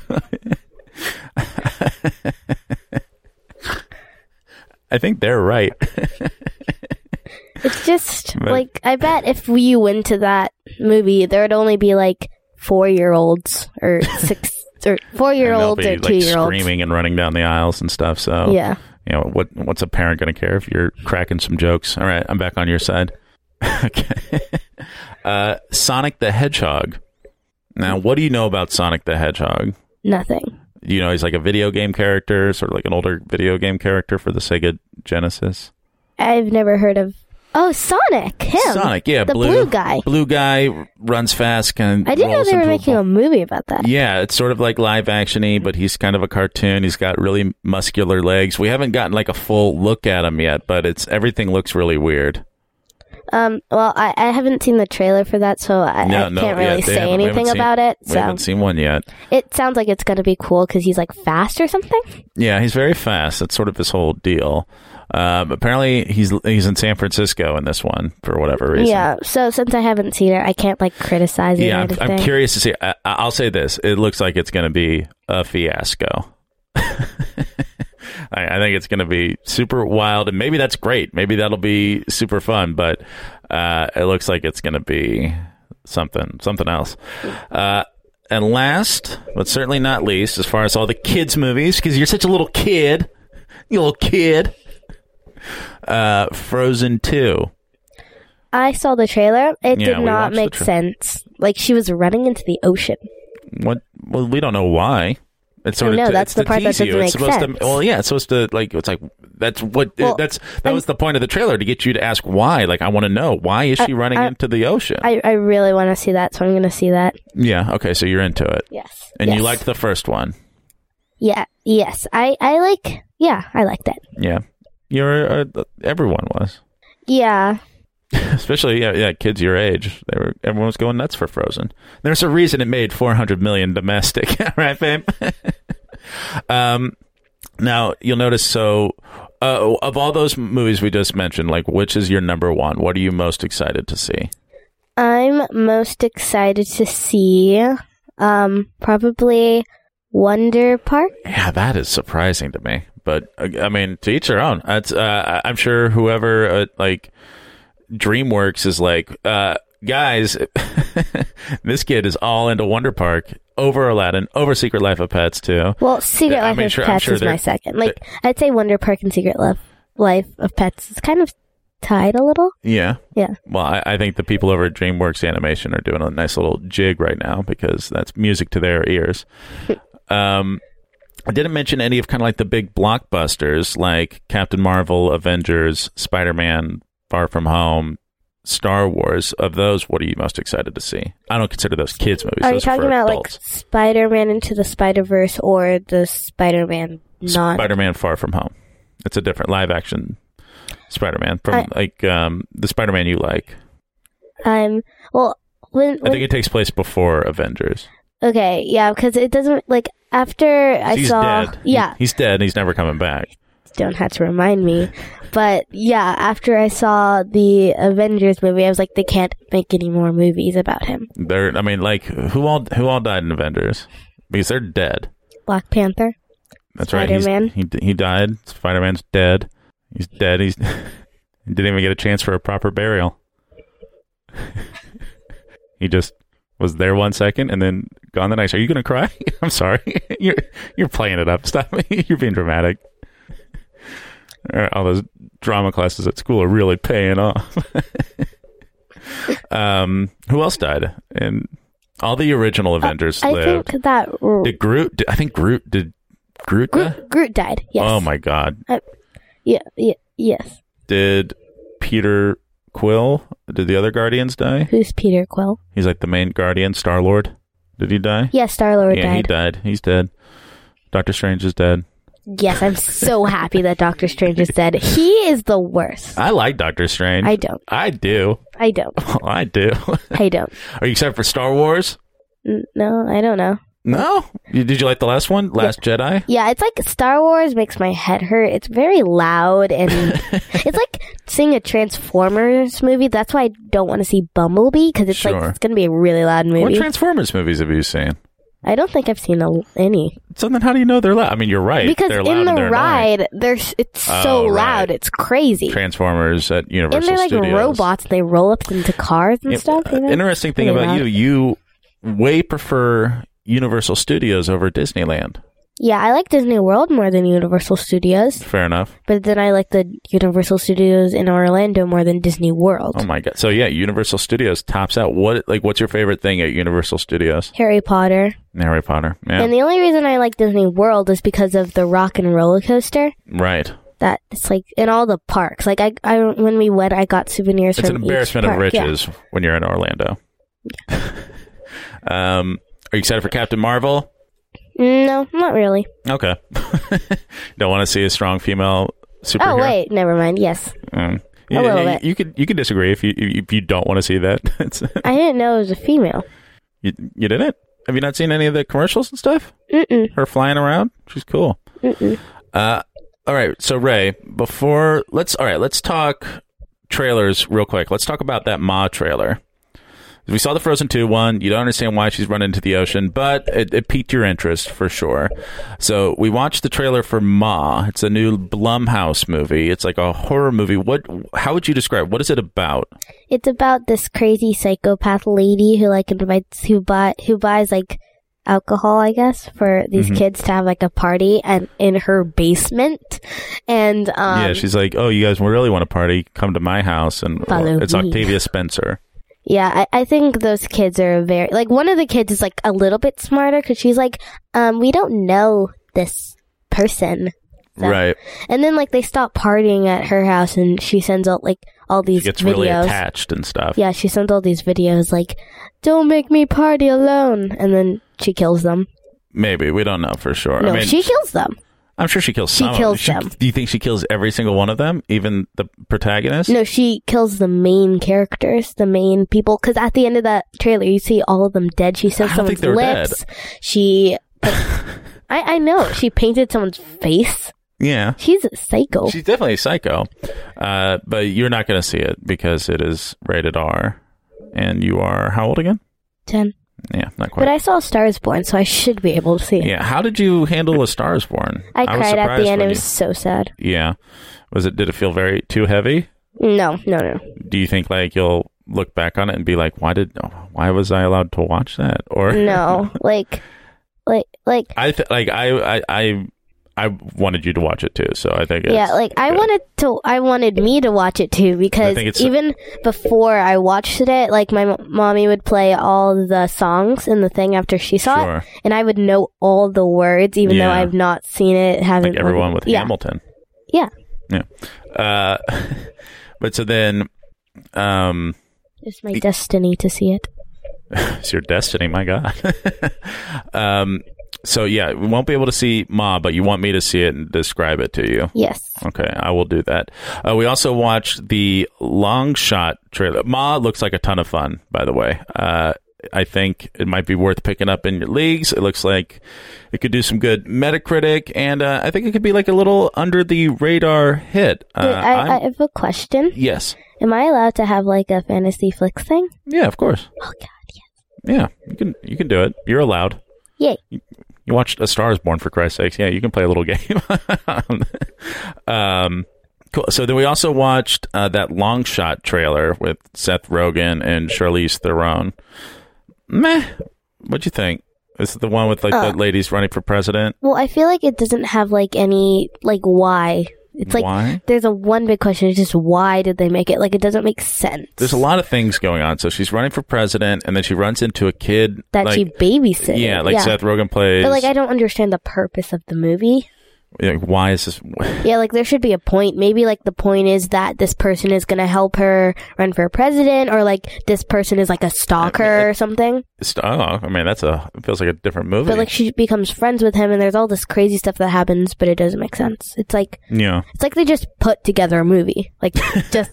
[SPEAKER 2] I think they're right.
[SPEAKER 3] It's just like I bet if we went to that movie, there would only be like four year olds or six or four year
[SPEAKER 2] and
[SPEAKER 3] old
[SPEAKER 2] they'll
[SPEAKER 3] or
[SPEAKER 2] be
[SPEAKER 3] two
[SPEAKER 2] like
[SPEAKER 3] year old.
[SPEAKER 2] screaming and running down the aisles and stuff. So
[SPEAKER 3] Yeah.
[SPEAKER 2] you know what? What's a parent going to care if you're cracking some jokes? All right, I'm back on your side. okay. Uh, Sonic the Hedgehog. Now, what do you know about Sonic the Hedgehog?
[SPEAKER 3] Nothing.
[SPEAKER 2] You know he's like a video game character, sort of like an older video game character for the Sega Genesis.
[SPEAKER 3] I've never heard of. Oh, Sonic. Him.
[SPEAKER 2] Sonic, yeah,
[SPEAKER 3] The blue, guy.
[SPEAKER 2] blue guy runs fast. Can
[SPEAKER 3] I didn't know they were making a movie about that.
[SPEAKER 2] Yeah, it's sort of like live actiony, but he's kind of a cartoon. He's got really muscular legs. We haven't gotten like a full look at him yet, but it's everything looks really weird.
[SPEAKER 3] Um. Well, I, I haven't seen the trailer for that, so I, I can't
[SPEAKER 2] yeah,
[SPEAKER 3] really
[SPEAKER 2] they haven't- we
[SPEAKER 3] say
[SPEAKER 2] haven't
[SPEAKER 3] anything
[SPEAKER 2] seen-
[SPEAKER 3] about it.
[SPEAKER 2] We haven't
[SPEAKER 3] So
[SPEAKER 2] seen one yet.
[SPEAKER 3] it sounds like it's gonna be cool because he's like fast or something.
[SPEAKER 2] Yeah, he's very fast. That's sort of his whole deal. Um, apparently, he's he's in San Francisco in this one for whatever reason.
[SPEAKER 3] Yeah. So since I haven't seen it, I can't like criticize it or
[SPEAKER 2] yeah. I'm,
[SPEAKER 3] anything.
[SPEAKER 2] I'm curious to see. I, I'll say this: it looks like it's going to be a fiasco. I, I think it's going to be super wild, and maybe that's great. Maybe that'll be super fun, but uh, it looks like it's going to be something, something else. Uh, and last, but certainly not least, as far as all the kids' movies, because you're such a little kid, you little kid. Uh, Frozen Two.
[SPEAKER 3] I saw the trailer. It
[SPEAKER 2] Yeah,
[SPEAKER 3] did
[SPEAKER 2] we watched
[SPEAKER 3] not
[SPEAKER 2] the
[SPEAKER 3] make
[SPEAKER 2] tra-
[SPEAKER 3] sense. Like she was running into the ocean.
[SPEAKER 2] What? Well, we don't know why. It's sort
[SPEAKER 3] I
[SPEAKER 2] of
[SPEAKER 3] know,
[SPEAKER 2] to-
[SPEAKER 3] that's
[SPEAKER 2] it's
[SPEAKER 3] the
[SPEAKER 2] to
[SPEAKER 3] part that
[SPEAKER 2] tease you.
[SPEAKER 3] doesn't
[SPEAKER 2] It's
[SPEAKER 3] make
[SPEAKER 2] supposed
[SPEAKER 3] sense.
[SPEAKER 2] to. Well, yeah, it's supposed to like. It's like that's what
[SPEAKER 3] Well,
[SPEAKER 2] that's that
[SPEAKER 3] I'm-
[SPEAKER 2] was the point of the trailer to get you to ask why. Like, I want to know why is she running
[SPEAKER 3] I-
[SPEAKER 2] into the ocean?
[SPEAKER 3] I, I really want to see that, so I'm going to see that.
[SPEAKER 2] yeah. Okay. So you're into it,
[SPEAKER 3] Yes.
[SPEAKER 2] and
[SPEAKER 3] Yes.
[SPEAKER 2] you liked the first one.
[SPEAKER 3] Yeah. Yes. I I like. Yeah, I liked it.
[SPEAKER 2] Yeah. You're uh, everyone was,
[SPEAKER 3] Yeah.
[SPEAKER 2] especially yeah, yeah kids your age. They were everyone was going nuts for Frozen. There's a reason it made 400 million domestic, right, babe? um, Now you'll notice. So, uh, of all those movies we just mentioned, like which is your number one? What are you most excited to see?
[SPEAKER 3] I'm most excited to see um probably Wonder Park.
[SPEAKER 2] Yeah, that is surprising to me. But uh, I mean, to each their own. That's, uh, I- I'm sure whoever uh, like DreamWorks is like, uh, guys, this kid is all into Wonder Park over Aladdin, over Secret Life of Pets too.
[SPEAKER 3] Well, Secret
[SPEAKER 2] Yeah, I
[SPEAKER 3] Life
[SPEAKER 2] mean,
[SPEAKER 3] of
[SPEAKER 2] sure- I'm
[SPEAKER 3] Pets
[SPEAKER 2] sure
[SPEAKER 3] is my
[SPEAKER 2] they're-
[SPEAKER 3] second. Like I'd say Wonder Park and Secret Love Life of Pets is kind of tied a little.
[SPEAKER 2] Yeah.
[SPEAKER 3] Yeah.
[SPEAKER 2] Well, I, I think the people over at DreamWorks Animation are doing a nice little jig right now because that's music to their ears. um, I didn't mention any of kind of like the big blockbusters like Captain Marvel, Avengers, Spider Man, Far From Home, Star Wars. Of those, what are you most excited to see? I don't consider those kids movies.
[SPEAKER 3] Are you
[SPEAKER 2] Those for
[SPEAKER 3] talking about
[SPEAKER 2] adults.
[SPEAKER 3] like Spider-Man into the Spider-Verse or the Spider-Man non
[SPEAKER 2] Spider Man Far From Home? It's a different live action Spider Man from
[SPEAKER 3] I-
[SPEAKER 2] like um, the Spider Man you like.
[SPEAKER 3] I'm Um, well when,
[SPEAKER 2] I think
[SPEAKER 3] when
[SPEAKER 2] it takes place before Avengers.
[SPEAKER 3] okay yeah because it doesn't like after I
[SPEAKER 2] he's
[SPEAKER 3] saw
[SPEAKER 2] dead. He-
[SPEAKER 3] yeah
[SPEAKER 2] he's dead. and He's never coming back.
[SPEAKER 3] don't have to remind me but yeah after I saw the Avengers movie I was like they can't make any more movies about him
[SPEAKER 2] They're. I mean, like who all who all died in Avengers? Because they're dead.
[SPEAKER 3] Black Panther
[SPEAKER 2] That's right. He's-
[SPEAKER 3] Spider-Man.
[SPEAKER 2] He he died. Spider Man's dead. He's dead. He's he didn't even get a chance for a proper burial. he just was there one second and then gone the next. Are you gonna cry? I'm sorry. you're you're playing it up. Stop. you're being dramatic. Uh, All those drama classes at school are really paying off. um, who else died? And all the original Avengers
[SPEAKER 3] Uh, I
[SPEAKER 2] lived.
[SPEAKER 3] think that r-
[SPEAKER 2] Did Groot? Did, I think Groot did. Groot. die?
[SPEAKER 3] Groot, Groot died yes
[SPEAKER 2] Oh my God!
[SPEAKER 3] yeah, yeah yes
[SPEAKER 2] Did Peter Quill? Did the other Guardians die?
[SPEAKER 3] who's Peter Quill
[SPEAKER 2] He's like the main Guardian, Star Lord. Did he die?
[SPEAKER 3] yeah Star Lord
[SPEAKER 2] yeah,
[SPEAKER 3] died
[SPEAKER 2] he died. He's dead. Doctor Strange is dead.
[SPEAKER 3] Yes, I'm so happy that Doctor Strange is dead. He is the worst.
[SPEAKER 2] I like Doctor Strange.
[SPEAKER 3] I don't.
[SPEAKER 2] I do.
[SPEAKER 3] I don't.
[SPEAKER 2] I do.
[SPEAKER 3] I don't.
[SPEAKER 2] Are you excited for Star Wars?
[SPEAKER 3] N- No, I don't know.
[SPEAKER 2] No. You- Did you like the last one, Last Jedi?
[SPEAKER 3] Yeah, it's like Star Wars makes my head hurt. It's very loud and it's like seeing a Transformers movie. That's why I don't want to see Bumblebee because it's
[SPEAKER 2] Sure.
[SPEAKER 3] like it's gonna be a really loud
[SPEAKER 2] What
[SPEAKER 3] movie.
[SPEAKER 2] Transformers movies have you seen?
[SPEAKER 3] I don't think I've seen a, any
[SPEAKER 2] So then, how do you know they're loud? I mean, you're right.
[SPEAKER 3] because
[SPEAKER 2] they're
[SPEAKER 3] in
[SPEAKER 2] loud and
[SPEAKER 3] the
[SPEAKER 2] they're annoying.
[SPEAKER 3] ride, there's it's so
[SPEAKER 2] Oh, right.
[SPEAKER 3] loud, it's crazy.
[SPEAKER 2] Transformers at Universal
[SPEAKER 3] and they're like
[SPEAKER 2] Studios.
[SPEAKER 3] robots. They roll up into cars and
[SPEAKER 2] Yeah,
[SPEAKER 3] stuff. You
[SPEAKER 2] uh,
[SPEAKER 3] know?
[SPEAKER 2] Interesting thing
[SPEAKER 3] Really
[SPEAKER 2] about
[SPEAKER 3] loud.
[SPEAKER 2] you, you way prefer Universal Studios over Disneyland.
[SPEAKER 3] Yeah, I like Disney World more than Universal Studios,
[SPEAKER 2] Fair enough.
[SPEAKER 3] but then I like the Universal Studios in Orlando more than Disney World.
[SPEAKER 2] Oh my god. So yeah, Universal Studios tops out. What like what's your favorite thing at Universal Studios?
[SPEAKER 3] Harry Potter.
[SPEAKER 2] Harry Potter. Yeah.
[SPEAKER 3] And the only reason I like Disney World is because of the rock and roller coaster.
[SPEAKER 2] right.
[SPEAKER 3] That it's like in all the parks. Like I, I when we went, I got souvenirs
[SPEAKER 2] It's an
[SPEAKER 3] from
[SPEAKER 2] embarrassment
[SPEAKER 3] each
[SPEAKER 2] of
[SPEAKER 3] park. Yeah.
[SPEAKER 2] riches when you're in Orlando. um, are you excited for Captain Marvel?
[SPEAKER 3] No, not really.
[SPEAKER 2] Okay. Don't want to see a strong female superhero.
[SPEAKER 3] Oh wait, never mind. Yes,
[SPEAKER 2] Mm.
[SPEAKER 3] A little bit.
[SPEAKER 2] you could you could disagree if you if you don't want to see that. It's,
[SPEAKER 3] I didn't know it was a female.
[SPEAKER 2] you, you did it. Have you not seen any of the commercials and stuff?
[SPEAKER 3] Mm-mm.
[SPEAKER 2] Her flying around. She's cool.
[SPEAKER 3] Mm-mm.
[SPEAKER 2] Uh, all right. So Ray, before let's all right, let's talk trailers real quick. Let's talk about that Ma trailer. We saw the Frozen 2 one. You don't understand why she's run into the ocean, but it, it piqued your interest for sure. So we watched the trailer for Ma. It's a new Blumhouse movie. It's like a horror movie. What? How would you describe? What is it about?
[SPEAKER 3] It's about this crazy psychopath lady who like invites who buy who buys like alcohol, I guess, for these
[SPEAKER 2] Mm-hmm.
[SPEAKER 3] kids to have like a party and in her basement. And um,
[SPEAKER 2] yeah, she's like, oh, you guys really want to party? Come to my house, and
[SPEAKER 3] Follow
[SPEAKER 2] it's
[SPEAKER 3] me.
[SPEAKER 2] Octavia Spencer.
[SPEAKER 3] Yeah, I, I think those kids are very like one of the kids is like a little bit smarter because she's like, um, we don't know this person, So-
[SPEAKER 2] Right.
[SPEAKER 3] and then like they stop partying at her house and she sends out like all these
[SPEAKER 2] She gets
[SPEAKER 3] videos.
[SPEAKER 2] really attached and stuff.
[SPEAKER 3] Yeah, she sends all these videos like, don't make me party alone, and then she kills them.
[SPEAKER 2] Maybe we don't know for sure.
[SPEAKER 3] no,
[SPEAKER 2] I mean,
[SPEAKER 3] she kills them.
[SPEAKER 2] I'm sure she kills.
[SPEAKER 3] She
[SPEAKER 2] some of-
[SPEAKER 3] kills them.
[SPEAKER 2] Do you think she kills every single one of them, even the protagonist?
[SPEAKER 3] No, she kills the main characters, the main people. Because at the end of that trailer, you see all of them dead. She says
[SPEAKER 2] I don't think
[SPEAKER 3] someone's
[SPEAKER 2] they were
[SPEAKER 3] lips. She, I, I know she painted someone's face.
[SPEAKER 2] Yeah,
[SPEAKER 3] She's a psycho.
[SPEAKER 2] she's definitely a psycho. Uh, but you're not going to see it because it is rated R, and you are how old again?
[SPEAKER 3] Ten.
[SPEAKER 2] Yeah, not quite.
[SPEAKER 3] But I saw Stars Born, so I should be able to see it.
[SPEAKER 2] yeah, how did you handle A Star Is Born?
[SPEAKER 3] I,
[SPEAKER 2] was
[SPEAKER 3] cried at
[SPEAKER 2] surprised
[SPEAKER 3] the end. It
[SPEAKER 2] when
[SPEAKER 3] was so sad.
[SPEAKER 2] you- yeah, was it? Did it feel very too heavy?
[SPEAKER 3] No, no, no.
[SPEAKER 2] Do you think like you'll look back on it and be like, why did, why was I allowed to watch that? Or
[SPEAKER 3] No. like, like, like,
[SPEAKER 2] I th- like I I. I I wanted you to watch it too, so I think it's
[SPEAKER 3] yeah, like, I
[SPEAKER 2] good.
[SPEAKER 3] wanted to, I wanted me to watch it too because
[SPEAKER 2] think it's-
[SPEAKER 3] even before I watched it, like, my m- mommy would play all the songs in the thing after she saw
[SPEAKER 2] Sure.
[SPEAKER 3] it, and I would know all the words, even
[SPEAKER 2] Yeah.
[SPEAKER 3] though I've not seen it, haven't.
[SPEAKER 2] like everyone with
[SPEAKER 3] yeah.
[SPEAKER 2] Hamilton.
[SPEAKER 3] Yeah.
[SPEAKER 2] Yeah. Uh, but so then, um,
[SPEAKER 3] It's my destiny to see it.
[SPEAKER 2] it's your destiny, my God. um, so yeah, we won't be able to see Ma, but you want me to see it and describe it to you.
[SPEAKER 3] Yes.
[SPEAKER 2] Okay, I will do that. Uh, we also watched the long shot trailer. Ma looks like a ton of fun, by the way. Uh, I think it might be worth picking up in your leagues. It looks like it could do some good Metacritic, and uh, I think it could be like a little under the radar hit. Uh,
[SPEAKER 3] Wait,
[SPEAKER 2] I'm-
[SPEAKER 3] I, I have a question.
[SPEAKER 2] yes,
[SPEAKER 3] Am I allowed to have, like, a fantasy flicks thing?
[SPEAKER 2] yeah, of course.
[SPEAKER 3] Oh, God.
[SPEAKER 2] Yeah, you can you can do it. You're allowed.
[SPEAKER 3] Yay.
[SPEAKER 2] You watched A Star Is Born for Christ's sakes. Yeah, you can play a little game. um, cool. So then we also watched uh, that long shot trailer with Seth Rogen and Charlize Theron. Meh. What'd you think? Is it the one with like
[SPEAKER 3] Uh,
[SPEAKER 2] the ladies running for president?
[SPEAKER 3] Well, I feel like it doesn't have like any like why. It's like
[SPEAKER 2] Why?
[SPEAKER 3] there's a one big question. It's just why did they make it? Like it doesn't make sense.
[SPEAKER 2] There's a lot of things going on. So she's running for president, and then she runs into a kid
[SPEAKER 3] that
[SPEAKER 2] like,
[SPEAKER 3] she babysits.
[SPEAKER 2] Yeah, like Seth Rogen plays.
[SPEAKER 3] But like I don't understand the purpose of the movie.
[SPEAKER 2] like, why is this?
[SPEAKER 3] Yeah, like there should be a point. Maybe like the point is that this person is gonna help her run for president, or like this person is like a stalker or something.
[SPEAKER 2] It's- Oh, I mean, that's a it feels like a different movie.
[SPEAKER 3] But like she becomes friends with him, and there's all this crazy stuff that happens, but it doesn't make sense. It's like
[SPEAKER 2] yeah,
[SPEAKER 3] it's like they just put together a movie. Like just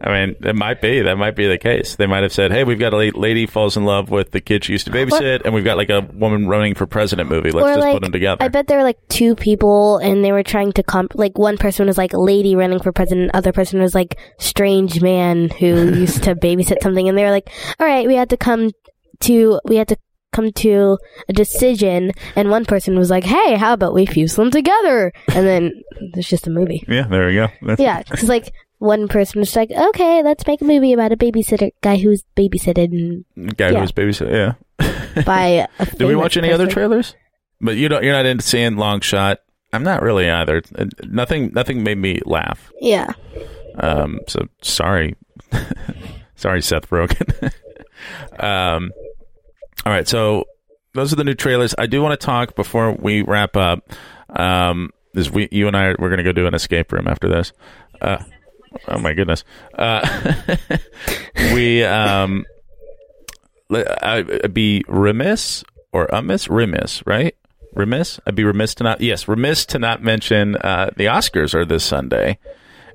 [SPEAKER 2] I mean, it might be that might be the case. They might have said, "Hey, we've got a la- lady falls in love with the kid she used to babysit, and we've got like a woman running for president movie. Let's just put them together."
[SPEAKER 3] I bet there were like two people, and they were trying to comp. Like one person was like lady running for president, other person was like strange man who used to babysit something, and they were like, "All right, we had to come to we had to come to a decision." And one person was like, "Hey, how about we fuse them together?" And then it's just a movie.
[SPEAKER 2] yeah, there we go. That's-
[SPEAKER 3] Yeah, because like one person was like, "Okay, let's make a movie about a babysitter guy who's babysitted." And
[SPEAKER 2] guy who
[SPEAKER 3] Yeah.
[SPEAKER 2] was babysitting. Yeah.
[SPEAKER 3] by. A
[SPEAKER 2] Did we
[SPEAKER 3] famous
[SPEAKER 2] watch any other
[SPEAKER 3] person.
[SPEAKER 2] trailers? But you don't. You're not into seeing long shot. I'm not really either. Uh, Nothing. Nothing made me laugh.
[SPEAKER 3] Yeah.
[SPEAKER 2] Um. So sorry. sorry, Seth Rogen. um. All right. So those are the new trailers. I do want to talk before we wrap up. Um. Is we you and I are, we're gonna go do an escape room after this. Uh. Oh my goodness. Uh. we um. le- I- I'd be remiss or amiss, remiss, right? Remiss. I'd be remiss to not, yes, remiss to not mention uh, the Oscars are this Sunday,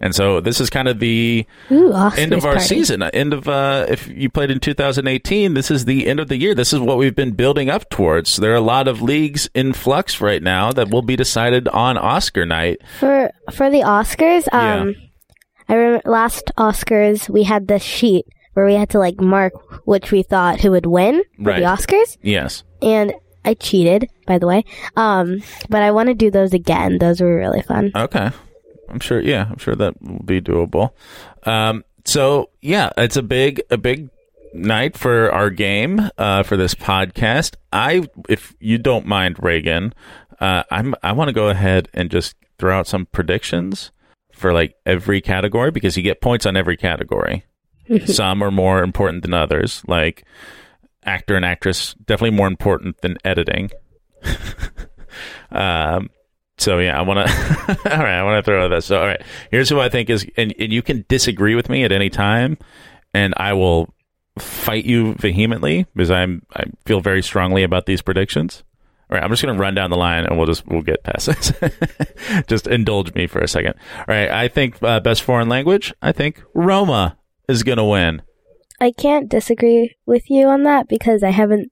[SPEAKER 2] and so this is kind of the
[SPEAKER 3] Ooh, Oscars
[SPEAKER 2] end of our
[SPEAKER 3] party.
[SPEAKER 2] season. uh, End of uh, if you played in 2018, this is the end of the year. This is what we've been building up towards. There are a lot of leagues in flux right now that will be decided on Oscar night.
[SPEAKER 3] For for the Oscars,
[SPEAKER 2] Yeah.
[SPEAKER 3] um, I remember last Oscars we had this sheet where we had to like mark which we thought who would win for
[SPEAKER 2] Right.
[SPEAKER 3] the Oscars,
[SPEAKER 2] Yes.
[SPEAKER 3] and I cheated by the way. Um, but I want to do those again. Those were really fun.
[SPEAKER 2] Okay. I'm sure. Yeah, I'm sure that will be doable. Um, so yeah, it's a big, a big night for our game, uh, for this podcast. I, if you don't mind, Reagan, uh, I'm, I want to go ahead and just throw out some predictions for like every category because you get points on every category. some are more important than others, like actor and actress, definitely more important than editing. um, so yeah, I want to. all right, I want to throw this. So all right, here's who I think is, and, and you can disagree with me at any time, and I will fight you vehemently because I'm I feel very strongly about these predictions. All right, I'm just going to run down the line, and we'll just we'll get past this. just indulge me for a second. All right, I think uh, best foreign language. I think Roma is going to win.
[SPEAKER 3] I can't disagree with you on that because I haven't.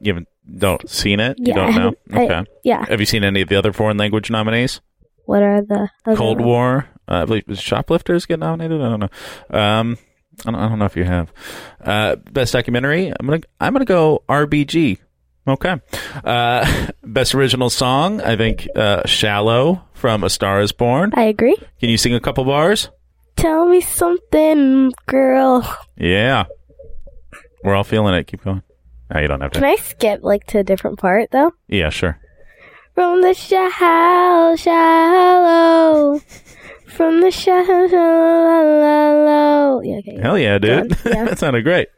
[SPEAKER 2] You haven't don't seen it.
[SPEAKER 3] Yeah,
[SPEAKER 2] you don't
[SPEAKER 3] I
[SPEAKER 2] know.
[SPEAKER 3] haven't- I-
[SPEAKER 2] okay.
[SPEAKER 3] Yeah.
[SPEAKER 2] Have you seen any of the other foreign language nominees?
[SPEAKER 3] What are the other
[SPEAKER 2] Cold
[SPEAKER 3] ones?
[SPEAKER 2] War. Uh, I believe was Shoplifters get nominated. I don't know. Um, I don't, I don't know if you have uh, best documentary. I'm gonna I'm gonna go RBG. Okay. Uh, best original song. I think uh, "Shallow" from A Star Is Born.
[SPEAKER 3] I agree.
[SPEAKER 2] Can you sing a couple bars?
[SPEAKER 3] Tell me something, girl.
[SPEAKER 2] Yeah. We're all feeling it. Keep going. No, you don't have to.
[SPEAKER 3] Can I skip like to a different part though?
[SPEAKER 2] yeah, sure.
[SPEAKER 3] From the shallow, shallow. From the shallow. Yeah, okay.
[SPEAKER 2] Hell yeah, dude.
[SPEAKER 3] Go on. Yeah.
[SPEAKER 2] that sounded great.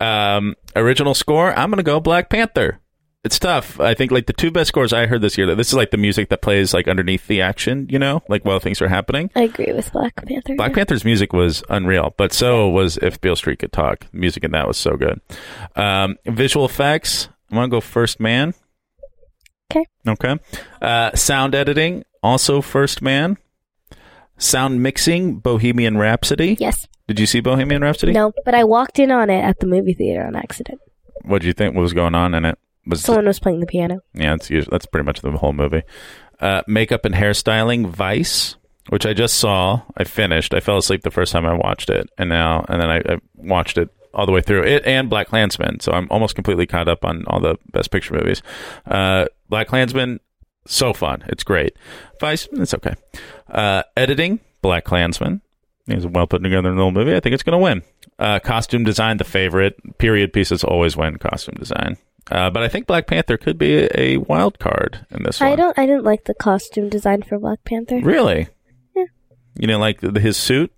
[SPEAKER 2] Um, original score, I'm going to go Black Panther. It's tough. I think like the two best scores I heard this year, this is like the music that plays like underneath the action, you know, like while things are happening.
[SPEAKER 3] I agree with Black Panther.
[SPEAKER 2] Black Panther's music was unreal, but so was If Beale Street Could Talk. The music in that was so good. Um, visual effects, I'm going to go First Man.
[SPEAKER 3] 'Kay.
[SPEAKER 2] Okay. Uh, sound editing, also First Man. Sound mixing, Bohemian Rhapsody.
[SPEAKER 3] Yes.
[SPEAKER 2] Did you see Bohemian Rhapsody?
[SPEAKER 3] No, but I walked in on it at the movie theater on accident.
[SPEAKER 2] what do you think was going on in it? Was
[SPEAKER 3] Someone was playing the piano.
[SPEAKER 2] yeah, it's usually, that's pretty much the whole movie. Uh, makeup and hairstyling, Vice, which I just saw. I finished. I fell asleep the first time I watched it, and now and then I, I watched it all the way through. It and Black Klansman. So I'm almost completely caught up on all the Best Picture movies. Uh, Black Klansman, so fun. It's great. Vice, it's okay. Uh, editing, Black Klansman. It was a well put together little movie. I think it's going to win. Uh, costume design, the favorite. Period pieces always win costume design. Uh, but I think Black Panther could be a, a wild card in this one.
[SPEAKER 3] I don't. I didn't like the costume design for Black Panther.
[SPEAKER 2] really.
[SPEAKER 3] Yeah.
[SPEAKER 2] You know, like the, his suit.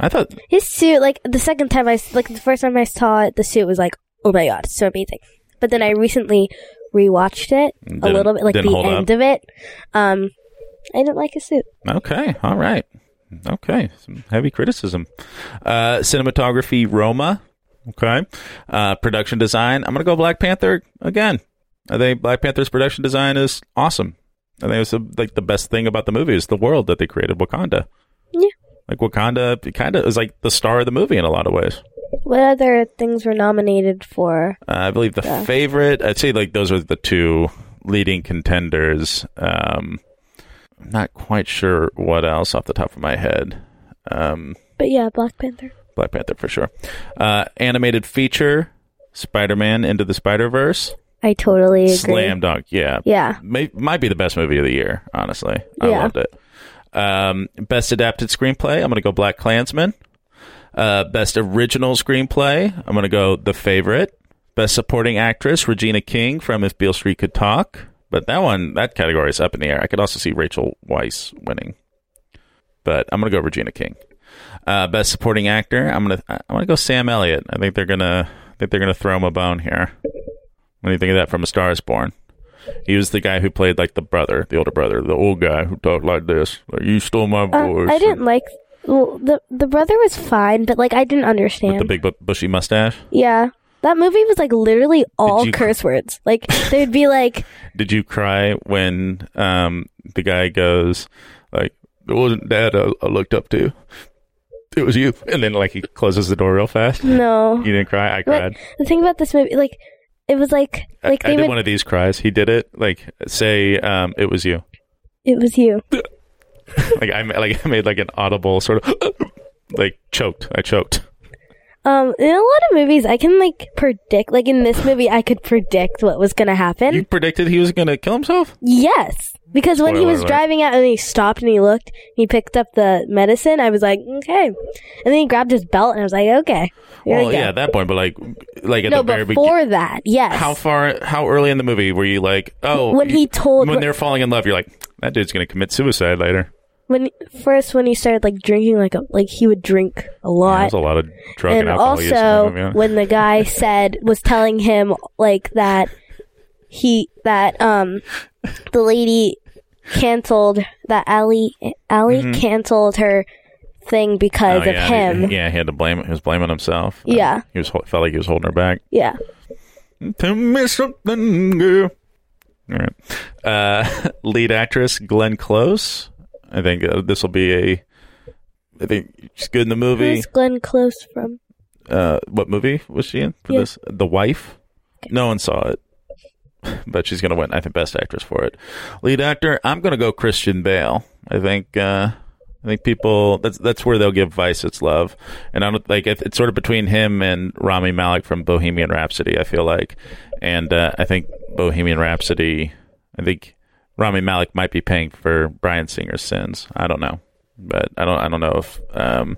[SPEAKER 2] I thought
[SPEAKER 3] His suit, like the second time I, s- like the first time I saw it, the suit was like, oh my god, it's so amazing. But then I recently rewatched it a
[SPEAKER 2] Didn't-
[SPEAKER 3] little bit, like
[SPEAKER 2] didn't
[SPEAKER 3] the
[SPEAKER 2] hold up.
[SPEAKER 3] end of it. Um, I didn't like his suit.
[SPEAKER 2] okay, all right, okay, some heavy criticism. Uh, cinematography, Roma. Okay, uh, production design. I'm gonna go Black Panther again. I think Black Panther's production design is awesome. I think it's the- like the best thing about the movie is the world that they created, Wakanda.
[SPEAKER 3] Yeah.
[SPEAKER 2] Like Wakanda, kind of is like the star of the movie in a lot of ways.
[SPEAKER 3] What other things were nominated for?
[SPEAKER 2] Uh, I believe the favorite. I'd say like those are the two leading contenders. Um, I'm not quite sure what else off the top of my head. Um,
[SPEAKER 3] But yeah, Black Panther.
[SPEAKER 2] Black Panther for sure. Uh, animated feature, Spider Man Into the Spider Verse,
[SPEAKER 3] I totally agree.
[SPEAKER 2] slam dunk. Yeah,
[SPEAKER 3] Yeah.
[SPEAKER 2] May, might be the best movie of the year. Honestly, I
[SPEAKER 3] Yeah.
[SPEAKER 2] loved it. Um, best adapted screenplay. I'm gonna go Black Klansman. Uh, best original screenplay. I'm gonna go The Favorite. Best Supporting Actress Regina King from If Beale Street Could Talk, but that one that category is up in the air. I could also see Rachel Weisz winning, but I'm gonna go Regina King. Uh, Best Supporting Actor I'm gonna I'm gonna go Sam Elliott. I think they're gonna I think they're gonna throw him a bone here. What do you think of that from A Star Is Born? He was the guy who played like the brother, the older brother, the old guy who talked like this. Like you stole my
[SPEAKER 3] Uh,
[SPEAKER 2] voice.
[SPEAKER 3] I didn't like well, the the brother was fine, but like I didn't
[SPEAKER 2] with
[SPEAKER 3] understand.
[SPEAKER 2] the big bu- bushy mustache.
[SPEAKER 3] yeah, that movie was like literally all
[SPEAKER 2] you-
[SPEAKER 3] curse words. Like there'd be like
[SPEAKER 2] Did you cry when um, the guy goes like it wasn't dad I, I looked up to, it was you, and then like he closes the door real fast. You
[SPEAKER 3] no.
[SPEAKER 2] didn't cry. I cried.
[SPEAKER 3] Like, the thing about this movie, like it was like
[SPEAKER 2] I-
[SPEAKER 3] like
[SPEAKER 2] I,
[SPEAKER 3] they
[SPEAKER 2] did
[SPEAKER 3] would
[SPEAKER 2] one of these cries. He did it. Like say um, it was you.
[SPEAKER 3] it was you.
[SPEAKER 2] Like I ma- like I made like an audible sort of like choked. I choked.
[SPEAKER 3] Um, in a lot of movies, I can like predict. Like in this movie, I could predict what was gonna happen.
[SPEAKER 2] You predicted he was gonna kill himself.
[SPEAKER 3] yes, because when he
[SPEAKER 2] Spoiler
[SPEAKER 3] was
[SPEAKER 2] alert.
[SPEAKER 3] driving out and he stopped and he looked, and he picked up the medicine. I was like, okay, and then he grabbed his belt and I was like, okay. here we
[SPEAKER 2] well,
[SPEAKER 3] go.
[SPEAKER 2] yeah, at that point, but like, like at
[SPEAKER 3] no,
[SPEAKER 2] the very beginning,
[SPEAKER 3] before that, yes.
[SPEAKER 2] how far, how early in the movie were you like, oh,
[SPEAKER 3] When he
[SPEAKER 2] you-
[SPEAKER 3] told-
[SPEAKER 2] when they're falling in love, you're like, that dude's gonna commit suicide later.
[SPEAKER 3] when first when he started like drinking, like a, like he would drink a lot.
[SPEAKER 2] There's a lot of drug and,
[SPEAKER 3] and
[SPEAKER 2] alcohol use in
[SPEAKER 3] also
[SPEAKER 2] that movie, huh?
[SPEAKER 3] when the guy said was telling him like that he that um the lady canceled that Ally Ally canceled her thing
[SPEAKER 2] Mm-hmm. Oh,
[SPEAKER 3] because of
[SPEAKER 2] yeah,
[SPEAKER 3] him.
[SPEAKER 2] He, yeah, he had to blame. He was blaming himself.
[SPEAKER 3] Yeah.
[SPEAKER 2] he was hol- felt like he was holding her back.
[SPEAKER 3] yeah.
[SPEAKER 2] Tell me something, girl. All right. Uh, lead actress Glenn Close. I think uh, this will be a. I think she's good in the movie.
[SPEAKER 3] Who's Glenn Close from?
[SPEAKER 2] uh, what movie was she in for
[SPEAKER 3] Yeah.
[SPEAKER 2] this? The Wife. No one saw it, but she's gonna win. I think Best Actress for it. Lead actor. I'm gonna go Christian Bale. I think. Uh, I think people. That's that's where they'll give Vice its love, and I don't like. It, it's sort of between him and Rami Malik from Bohemian Rhapsody. I feel like, and uh, I think Bohemian Rhapsody. I think Rami Malik might be paying for Brian Singer's sins. I don't know, but I don't. I don't know if. Um,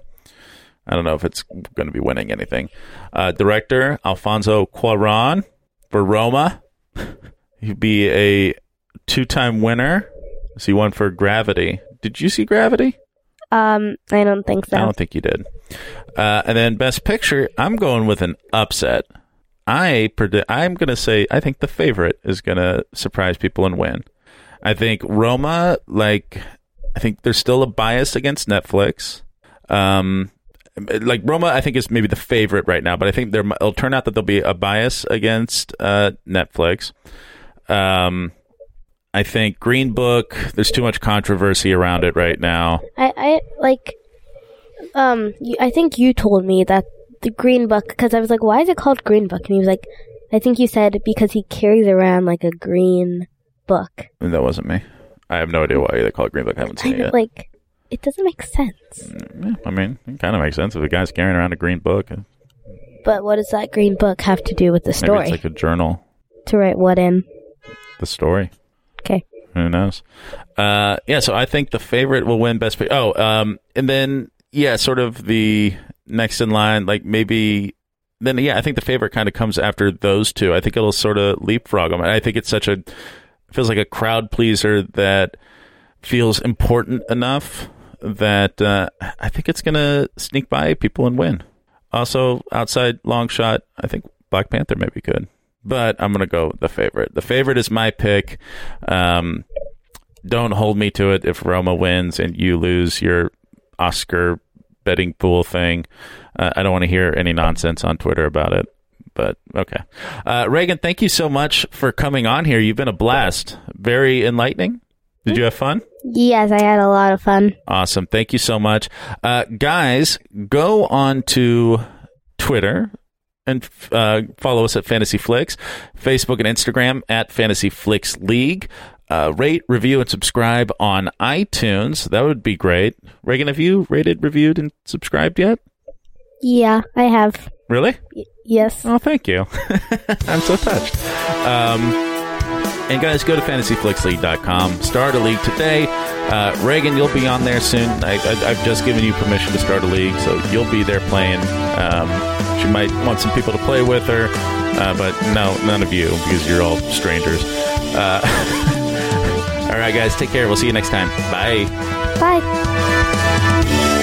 [SPEAKER 2] I don't know if it's going to be winning anything. Uh, director Alfonso Cuaron for Roma. He'd be a two-time winner. So he won for Gravity. Did you see Gravity?
[SPEAKER 3] Um, I don't think so.
[SPEAKER 2] I don't think you did. Uh, and then Best Picture, I'm going with an upset. I predi- I'm going to say I think the favorite is going to surprise people and win. I think Roma, like, I think there's still a bias against Netflix. Um, like Roma, I think is maybe the favorite right now, but I think there it'll turn out that there'll be a bias against uh, Netflix. Um, I think Green Book. There's too much controversy around it right now.
[SPEAKER 3] I, I like, um, you, I think you told me that the Green Book, because I was like, why is it called Green Book? And he was like, I think you said because he carries around like a green book.
[SPEAKER 2] And That wasn't me. I have no idea why they call it Green Book. I haven't
[SPEAKER 3] I
[SPEAKER 2] seen it
[SPEAKER 3] know,
[SPEAKER 2] yet.
[SPEAKER 3] like, it doesn't make sense.
[SPEAKER 2] Yeah, I mean, it kind of makes sense if a guy's carrying around a green book. Maybe
[SPEAKER 3] But what does that green book have to do with the story?
[SPEAKER 2] it's like a journal.
[SPEAKER 3] to write what in?
[SPEAKER 2] The story.
[SPEAKER 3] Okay.
[SPEAKER 2] Who knows? Uh, yeah, so I think the favorite will win best. Pic- oh, um, and then yeah, sort of the next in line, like maybe. Then yeah, I think the favorite kind of comes after those two. I think it'll sort of leapfrog them. And I think it's such a feels like a crowd pleaser that feels important enough that uh, I think it's gonna sneak by people and win. Also, outside long shot, I think Black Panther may be good, but I'm gonna go with the favorite. The favorite is my pick. Um, don't hold me to it if Roma wins and you lose your Oscar betting pool thing. Uh, I don't want to hear any nonsense on Twitter about it. But okay, uh, Reagan, thank you so much for coming on here. You've been a blast, very enlightening. Did you have fun?
[SPEAKER 3] Yes, I had a lot of fun.
[SPEAKER 2] Awesome. Thank you so much. Uh, guys, go on to Twitter and uh, follow us at Fantasy Flicks, Facebook and Instagram at Fantasy Flicks League. Uh, rate, review, and subscribe on iTunes. That would be great. Reagan, have you rated, reviewed, and subscribed yet?
[SPEAKER 3] Yeah, I have.
[SPEAKER 2] Really?
[SPEAKER 3] Yes.
[SPEAKER 2] Oh, thank you. I'm so touched. Um, and guys, go to fantasyflixleague.com. Start a league today. Uh, Reagan, you'll be on there soon. I, I, I've just given you permission to start a league, so you'll be there playing. Um, she might want some people to play with her. Uh, but no, none of you, because you're all strangers. Uh, all right, guys, take care. We'll see you next time. Bye.
[SPEAKER 3] Bye.